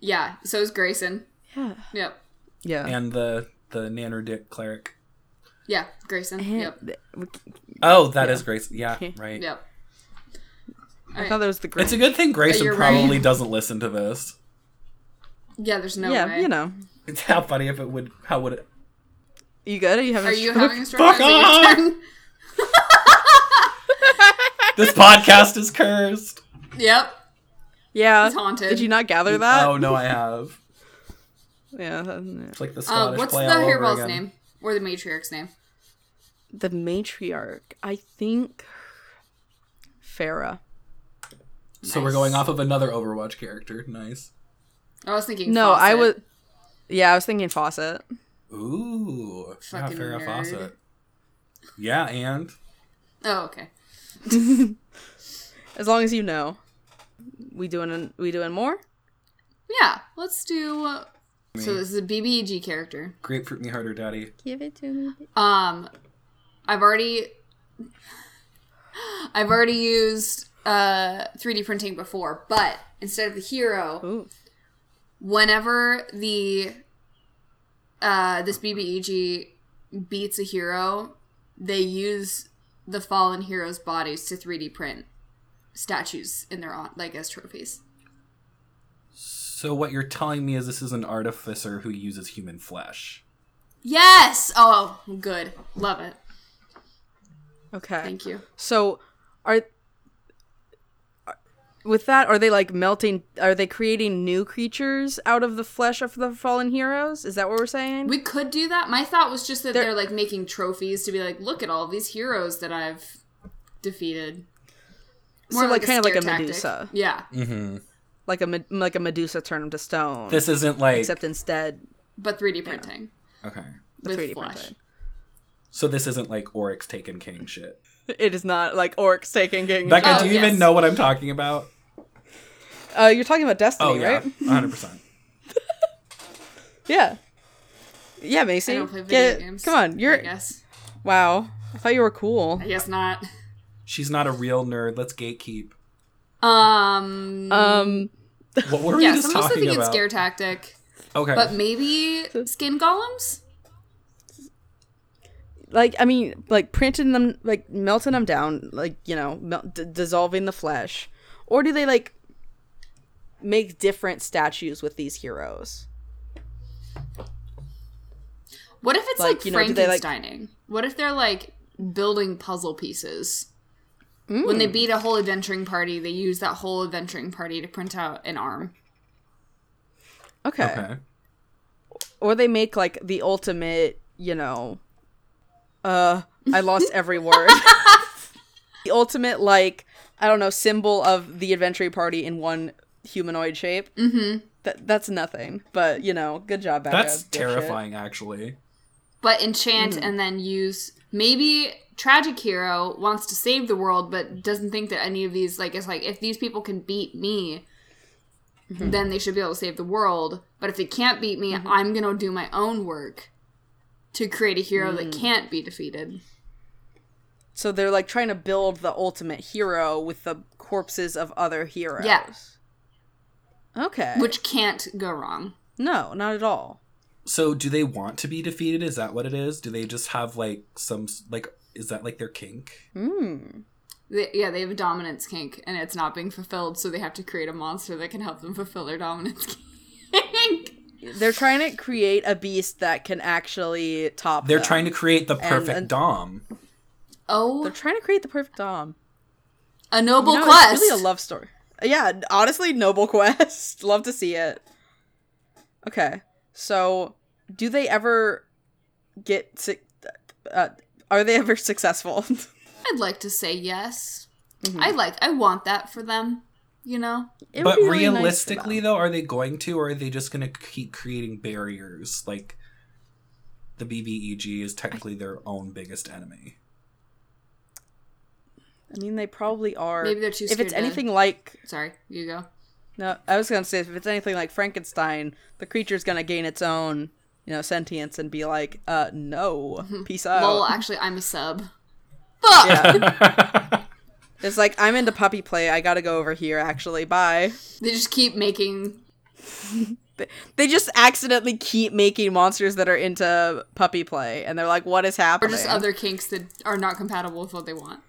yeah. So is Grayson.
yeah.
Yep.
Yeah.
And the the nanner dick cleric.
Yeah. Grayson. Yep.
Oh, that is Grace. Yeah, right.
Yep.
I thought that was the great.
It's a good thing Grayson
You're right.
probably doesn't listen to this.
Yeah. There's no
yeah,
way.
you know.
It's how funny if it would. How would it?
You good? Are you having?
Are
a
you
stroke?
having a stroke?
Fuck
Is it your
off!
turn?
This podcast is cursed.
Yep.
Yeah.
He's haunted.
Did you not gather that?
oh no, I have.
Yeah. that- yeah.
It's like the
Uh,
Scottish
what's the
play all over
hairball's
again.
name or the matriarch's name?
The matriarch. I think Farah.
So we're going off of another Overwatch character. Nice.
I was thinking.
No, I
Fawcett.
was. Yeah, I was thinking Fawcett.
Ooh,
Fucking
yeah, Farrah
nerd.
Fawcett. Yeah, and
Oh, okay.
As long as you know, we doing we doing more.
Yeah, let's do. Uh, so this is a BBEG character.
grapefruit me harder, daddy.
Give it to me.
Um, I've already, I've already used uh 3D printing before, but instead of the hero,
Ooh.
whenever the uh this BBEG beats a hero, they use the fallen hero's bodies to 3D print statues in their on like as trophies.
So what you're telling me is this is an artificer who uses human flesh.
Yes. Oh, good. Love it.
Okay.
Thank you.
So, are, are- with that are they like melting? Are they creating new creatures out of the flesh of the fallen heroes? Is that what we're saying?
We could do that. My thought was just that they're, like making trophies to be like, look at all these heroes that I've defeated.
So, like,
a
kind of like
scare
a
tactic.
Medusa.
Yeah,
like a Me- like a Medusa turned them to stone.
This isn't like
except instead
but 3D printing
okay.
the
with
3D
flesh.
printing.
So this isn't like Oryx Taken King shit.
It is not like orcs taking king.
Becca,
Oh,
do you
yes.
even know what I'm talking about?
Uh, you're talking about Destiny,
Oh yeah,
right?
100. percent
Yeah. Yeah, Macy.
I don't play video
get it.
games.
Come on, you're
I guess.
wow. I thought you were cool.
I guess not.
She's not a real nerd. Let's gatekeep.
Um.
Um,
What were
yeah,
we
so
just
I'm also
talking
thinking
about?
scare tactic,
Okay,
but maybe skin golems.
like I mean, like printing them, like melting them down, like you know, mel- d- dissolving the flesh, or do they like make different statues with these heroes?
What if it's like,
Like, you know, do they, like-
Frankensteining? What if they're like building puzzle pieces?
Hmm.
When they beat a whole adventuring party, they use that whole adventuring party to print out an arm.
Okay.
okay.
Or they make like the ultimate, you know, uh, I lost every word. the ultimate, like, I don't know, symbol of the adventure party in one humanoid shape. Mm-hmm. That that's nothing, but you know, good job, Becca.
That's
dipshit.
terrifying, actually.
but enchant
Hmm.
and then use maybe tragic hero wants to save the world but doesn't think that any of these like it's like if these people can beat me
Hmm.
then they should be able to save the world but if they can't beat me i'm gonna do my own work to create a hero that
Hmm.
can't be defeated
So they're like trying to build the ultimate hero with the corpses of other heroes.
Yeah.
Okay.
which can't go wrong
no, not at all.
So do they want to be defeated? Is that what it is? Do they just have like some like is that like their kink?
Hmm.
They, yeah, they have a dominance kink, and it's not being fulfilled, so they have to create a monster that can help them fulfill their dominance kink.
They're trying to create a beast that can actually top.
They're
them.
trying to create the perfect
and-
dom.
oh,
They're trying to create the perfect dom.
a noble
No,
quest.
It's really a love story. Yeah, honestly, noble quest. love to see it. Okay, so do they ever get? Su- uh, are they ever successful?
I'd like to say yes.
Mm-hmm.
I like. I want that for them. You know.
It would
but
be really nice for
realistically
them.
though, are they going to or are they just going to keep creating barriers like the BBEG is technically their own biggest enemy.
I mean, they probably are.
Maybe they're too
If
scared
it's
to-
anything like
Sorry, you go.
No, I was gonna say if it's anything like Frankenstein, the creature's gonna gain its own, you know, sentience and be like, uh, no, peace out.
Lol. Actually, I'm a sub. Fuck.
It's like I'm into puppy play. I gotta go over here. Actually, bye.
They just keep making.
They- They just accidentally keep making monsters that are into puppy play, and they're like, "What is
Or
happening?"
just other kinks that are not compatible with what they want.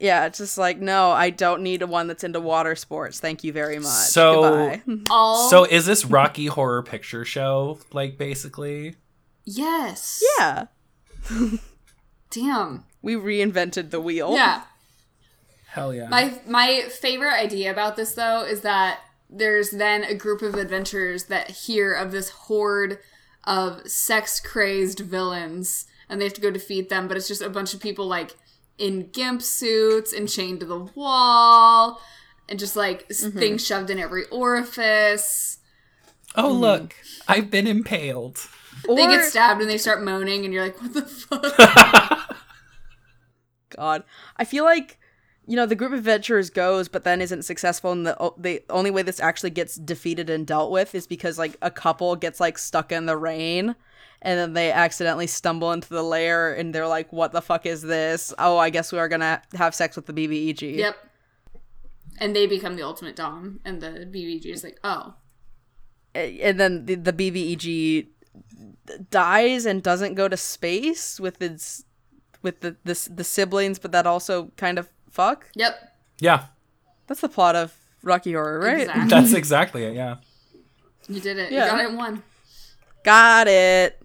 yeah, it's just like, no, I don't need one that's into water sports. Thank you very much.
So-
Goodbye.
All.
So is this Rocky Horror Picture Show like basically?
yes.
yeah,
Damn.
we reinvented the wheel.
Yeah.
Hell yeah.
My my favorite idea about this though is that there's then a group of adventurers that hear of this horde of sex crazed villains and they have to go defeat them, but it's just a bunch of people like in gimp suits and chained to the wall and just like s
Mm-hmm.
things shoved in every orifice.
oh look, I've been impaled.
or,
They get stabbed and they start moaning and you're like, What the fuck?
God, I feel like you know the group of adventurers goes, but then isn't successful, and the o- the only way this actually gets defeated and dealt with is because like a couple gets like stuck in the rain, and then they accidentally stumble into the lair, and they're like, "What the fuck is this? Oh, I guess we are gonna have sex with the E BBEG."
yep. And they become the ultimate Dom and the BBG is like, Oh.
A- And then the, the BBEG dies and doesn't go to space with its with the this the siblings, but that also kind of fuck.
Yep.
Yeah,
That's the plot of Rocky Horror, right?
Exactly.
that's exactly it. Yeah.
You did it.
Yeah.
You got it in one.
Got it.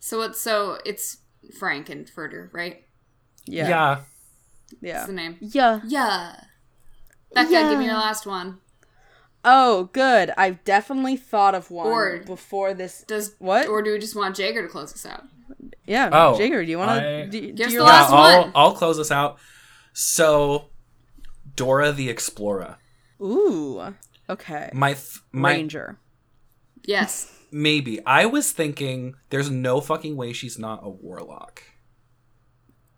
So it's so it's Frank and Furter, right?
Yeah.
yeah.
Yeah.
That's the name.
Yeah.
Yeah. Becca, give me
Yeah.
your last one.
Oh, good. I've definitely thought of one
Or-
before this.
Does
What?
or do we just want Jager to close us out?
Yeah.
Oh,
Jigger, do you want
I-
to? Do, do
Give us
you
the
wanna-
last
yeah, I'll,
one.
I'll close this out. So, Dora the Explorer.
Ooh. Okay.
My th- my
Ranger.
Yes.
maybe. I was thinking there's no fucking way she's not a warlock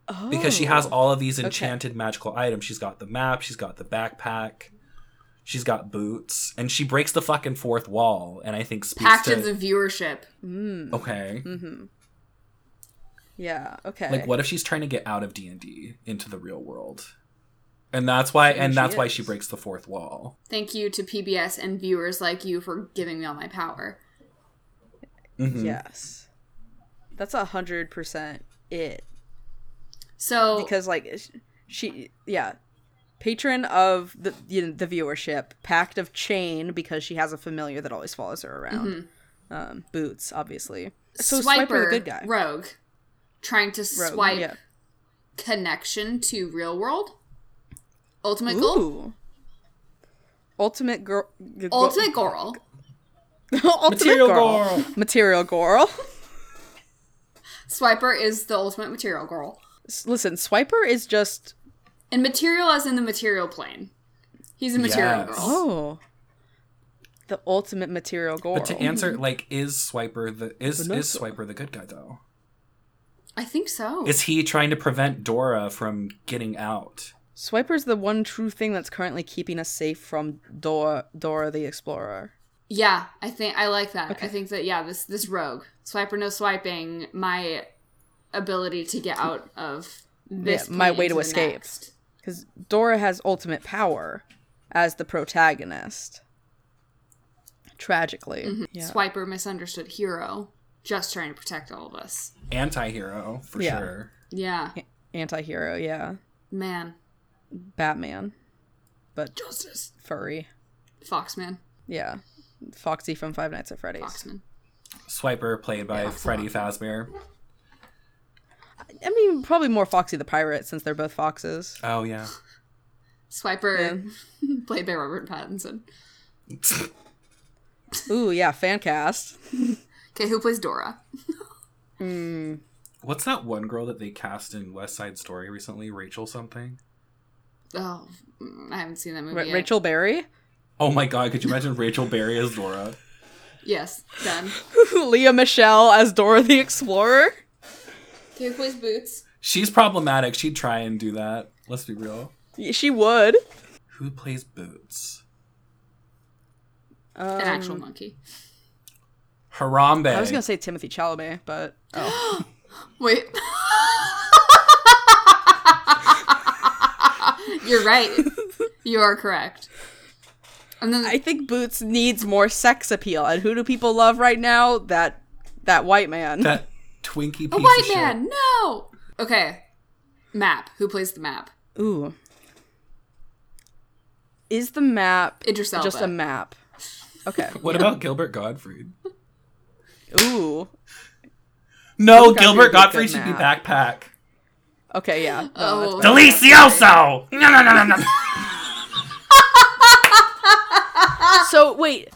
Oh.
because she has all of these enchanted magical items. She's got the map, she's got the backpack, she's got boots, and she breaks the fucking fourth wall and I think speaks
Actions
to
of viewership.
okay.
Mhm. Oh. Yeah. Okay.
Like what if she's trying to get out of D&D into the real world? And that's why and
she
that's why
is.
she breaks the fourth wall.
Thank you to PBS and viewers like you for giving me all my power.
Mhm.
Yes. That's a hundred percent it.
So
because like sh- she yeah patron of the you know, the viewership pact of chain because she has a familiar that always follows her around um, boots obviously so swiper, the good guy
rogue, trying to
Rogue,
swipe
yeah.
connection to real world. Ultimate goal.
Ooh. ultimate girl
Ultimate goal.
Material
girl
girl.
material girl
Swiper is the ultimate material girl.
S- listen swiper is just
And material as in the material plane. He's a material
Yes.
girl.
oh the ultimate material girl
But to
Mm-hmm.
answer, like, is Swiper the is
Vanessa.
is Swiper the good guy though?
I think
Oh.
so.
Is he trying to prevent Dora from getting out?
Swiper's the one true thing that's currently keeping us safe from Dora, Dora the Explorer.
yeah, I think I like that. I think that yeah, this this rogue swiper no swiping, my ability to get out of this
Yeah, my
plane
way
into
to
the
escape.
next.
Because Dora has ultimate power as the protagonist. tragically.
Mm-hmm.
Yeah.
Swiper misunderstood hero, just trying to protect all of us.
Anti hero, for
Yeah.
sure.
Yeah,
Anti-hero, yeah.
man,
Batman,
justice,
furry.
Foxman,
Yeah. Foxy from Five Nights at Freddy's.
Foxman.
Swiper, played by Freddy Fazbear.
I mean, probably more Foxy the Pirate since they're both foxes.
Oh, yeah.
Swiper, played by Robert Pattinson.
Ooh, yeah, fan cast.
Okay, who plays Dora?
What's that one girl that they cast in West Side Story recently? Rachel something?
Oh, mm, I haven't seen that movie.
Ra-
yet.
Rachel Berry,
Oh my god, could you imagine Rachel Berry as Dora?
Yes, done.
Leah Michelle as Dora the Explorer.
okay, who plays Boots?
She's problematic. She'd try and do that. Let's be real.
Y- She would.
Who plays Boots?
Um,
An actual monkey.
Harambe.
I was gonna say Timothy Chalamet, but oh,
Wait. You're right. You are correct. And then
I think Boots needs more sex appeal. And who do people love right now? That that white man.
that Twinkie piece
a white
of shit.
man. No. Okay. Map. Who plays the map?
Ooh, is the map
Idris Elba.
just a map? Okay.
What about Gilbert Gottfried?
Ooh.
No,
Gilbert
Gilbert
Gottfried
Gottfried
would
should
be
be
good
backpack.
Okay. Yeah. No, that's
Oh.
better.
Delicioso! No, no, no, no, no.
So wait,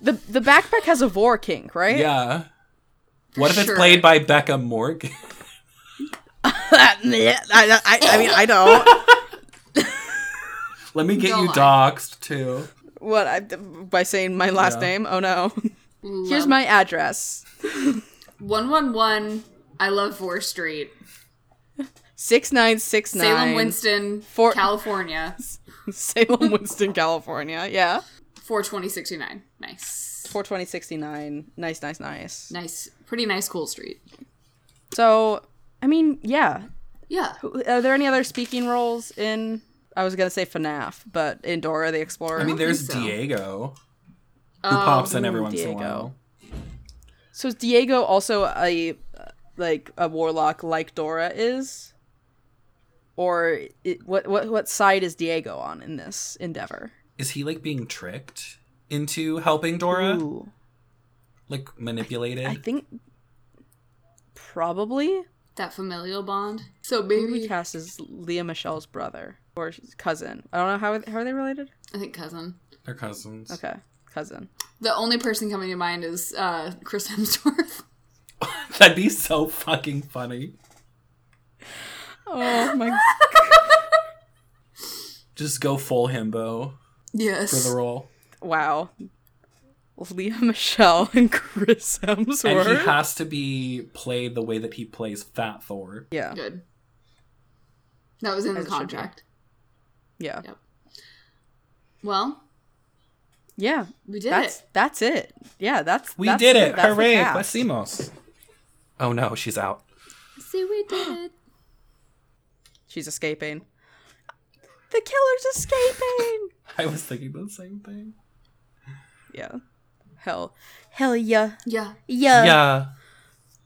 the the backpack has a vor kink, right?
yeah. What if it's
Sure.
played by Becca Morgan?
I, I, I mean, I don't.
Let me get
Go
you
on.
doxxed too.
What I, by saying my last
Yeah.
name? Oh no. Here's my address:
one one one. I love Four Street,
six nine six nine
Salem, Winston,
Four-
California,
Salem, Winston, California. Yeah,
four twenty sixty nine. Nice,
four twenty sixty nine. Nice, nice, nice.
nice, pretty nice, cool street.
So, I mean, yeah.
Yeah,
Are there any other speaking roles in? I was gonna say FNAF, but in Dora the Explorer.
I mean,
think
there's
so.
Diego, who pops in every once in a
Oh, Diego.
while.
so is Diego also a like a warlock like Dora is, or it, what what what side is Diego on in this endeavor?
Is he like being tricked into helping Dora?
Ooh,
Like manipulated?
I think probably
that familial bond. So maybe
cast is Leah Michelle's brother or his cousin. I don't know how how are they related.
I think cousin.
They're cousins.
Okay, cousin.
The only person coming to mind is uh, Chris Hemsworth.
That'd be so fucking funny.
Oh my
Just go full himbo
yes.
for the role.
wow. Leah Michelle and Chris
And he
Hemsworth.
has to be played the way that he plays Fat Thor.
yeah,
Good. That was in
As
the
it should be.
contract.
yeah,
Yep. Well,
yeah.
we did
That's
it.
that's it. Yeah, that's
We
that's
did
the-
it!
that's the
Hooray!
cast.
Pasimos. Oh no, she's out.
See, we did it.
She's escaping. The killer's escaping.
I was thinking the same thing.
yeah. Hell, hell yeah,
Yeah.
yeah.
yeah.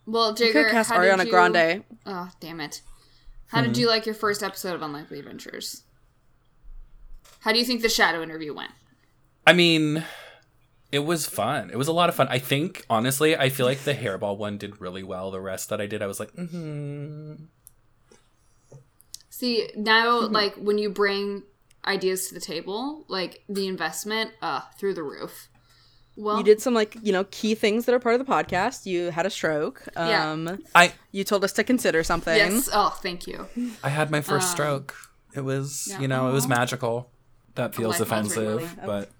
Well,
You could
Jigger,
cast
how did
Ariana
you-
Grande.
Oh, damn it. How
Hmm.
did you like your first episode of Unlikely Adventures? How do you think the shadow interview went?
I mean, it was fun. It was a lot of fun. I think, honestly, I feel like the hairball one did really well. The rest that I did, I was like, mm-hmm.
See, now,
Hmm.
like, when you bring ideas to the table, like, the investment, uh, through the roof. Well,
You did some like you know key things that are part of the podcast. You had a stroke.
Yeah.
Um,
I
You told us to consider something.
Yes. Oh, thank you.
I had my first stroke. It was,
Um, yeah.
you know, it was
Aw.
magical. That feels
life altering
offensive,
moment.
but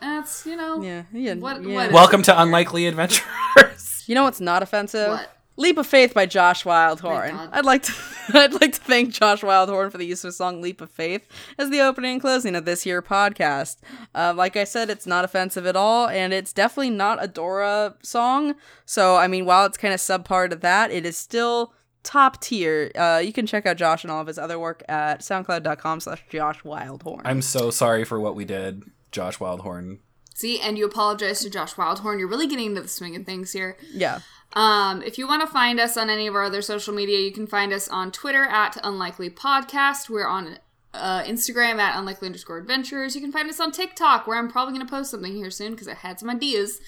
That's you know.
Yeah. yeah,
What-
yeah.
what-
welcome to Unlikely Adventures.
You know what's not offensive?
What?
Leap of Faith by Josh Wildhorn.
God.
I'd like to I'd like to thank Josh Wildhorn for the use of his song Leap of Faith as the opening and closing of this here podcast. Uh, like I said, it's not offensive at all, and it's definitely not a Dora song. So I mean, while it's kind of subpar to that, it is still top tier. Uh, you can check out Josh and all of his other work at soundcloud.com slash Josh Wildhorn.
I'm so sorry for what we did, Josh Wildhorn.
See, and you apologize to Josh Wildhorn. You're really getting into the swing of things here.
Yeah.
Um, if you want to find us on any of our other social media, you can find us on Twitter at Unlikely Podcast. We're on uh, Instagram at Unlikely underscore Adventures. You can find us on TikTok, where I'm probably going to post something here soon because I had some ideas.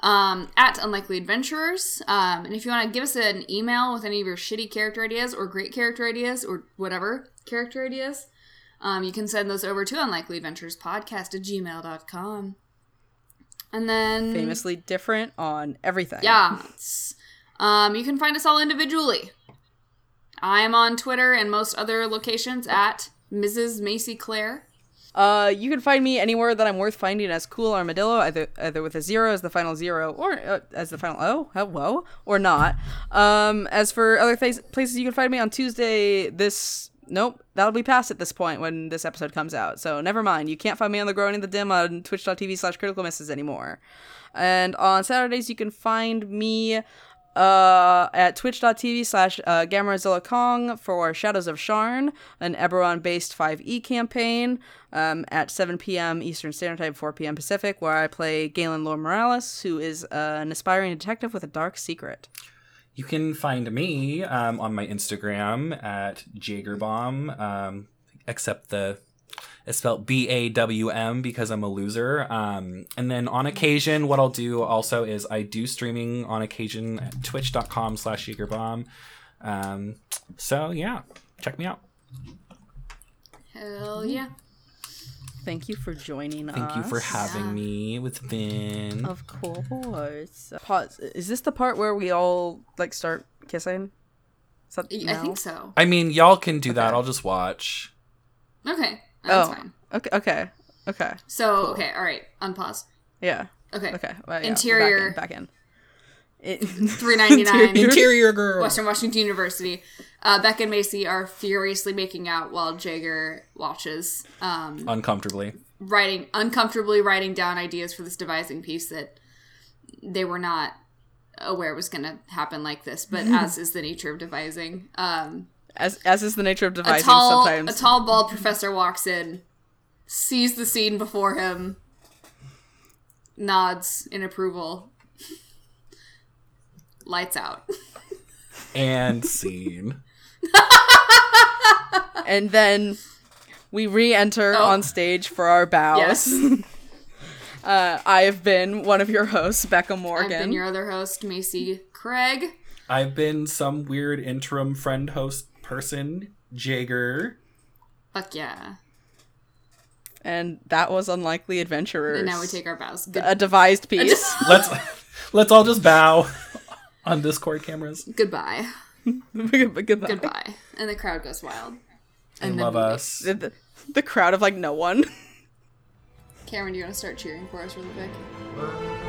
Um, at Unlikely Adventurers. Um, and if you want to give us an email with any of your shitty character ideas or great character ideas or whatever character ideas, um, you can send those over to unlikelyadventurespodcast at gmail.com. And then.
Famously different on everything.
Yeah. it's- Um, you can find us all individually. I am on Twitter and most other locations at Mrs. Macy Claire.
Uh, you can find me anywhere that I'm worth finding as Cool Armadillo, either either with a zero as the final zero or uh, as the final oh hello or not. Um, as for other things, places you can find me on Tuesday. This nope, that'll be past at this point when this episode comes out. So never mind. You can't find me on the Growing in the Dim on Twitch.tv/slash Critical Misses anymore. And on Saturdays, you can find me uh, at twitch.tv slash uh, Gamorazilla Kong for Shadows of Sharn, an Eberron based 5e campaign um, at 7 p.m. Eastern Standard Time, 4 p.m. Pacific, where I play Galen Lore Morales, who is uh, an aspiring detective with a dark secret.
You can find me um, on my Instagram at Jagerbomb, um, except the it's spelled B A W M because I'm a loser. Um, and then on occasion, what I'll do also is I do streaming on occasion at twitch.com slash Jagerbomb. Um, so yeah, check me out.
Mm-hmm.
Hell yeah.
Thank you for joining us.
Thank you for having me with Vin.
Of course. Pause. Is this the part where we all like start kissing? Is that-
I- I
no?
think so.
I mean, y'all can do that. I'll just watch.
Okay. That's
Oh.
fine.
Okay. Okay. Okay.
So, okay. All right. Unpause.
Yeah.
Okay.
Okay. well, yeah, back in,
Interior.
Back in. It-
Three ninety nine.
Interior girl.
Western Washington University. Uh, Beck and Macy are furiously making out while Jager watches, um,
Uncomfortably.
writing uncomfortably writing down ideas for this devising piece that they were not aware was going to happen like this. But as is the nature of devising, um,
as as is the nature of
a
devising
tall, a
sometimes.
tall bald professor walks in, sees the scene before him, nods in approval, lights out.
And scene.
and then we re-enter
Oh.
on stage for our bows.
Yes.
Uh, I've been one of your hosts, Becca
I've
Morgan.
been your other host, Macy Craig.
I've been some weird interim friend host person, Jager.
Fuck yeah.
and that was Unlikely Adventurers.
And now we take our bows. Good-
a devised piece.
Let's let's all just bow on Discord cameras.
goodbye.
Goodbye.
Goodbye. And the crowd goes wild.
They
And then
love
we-
us.
The, the crowd of like no one.
Cameron, you want to start cheering for us really quick?
We're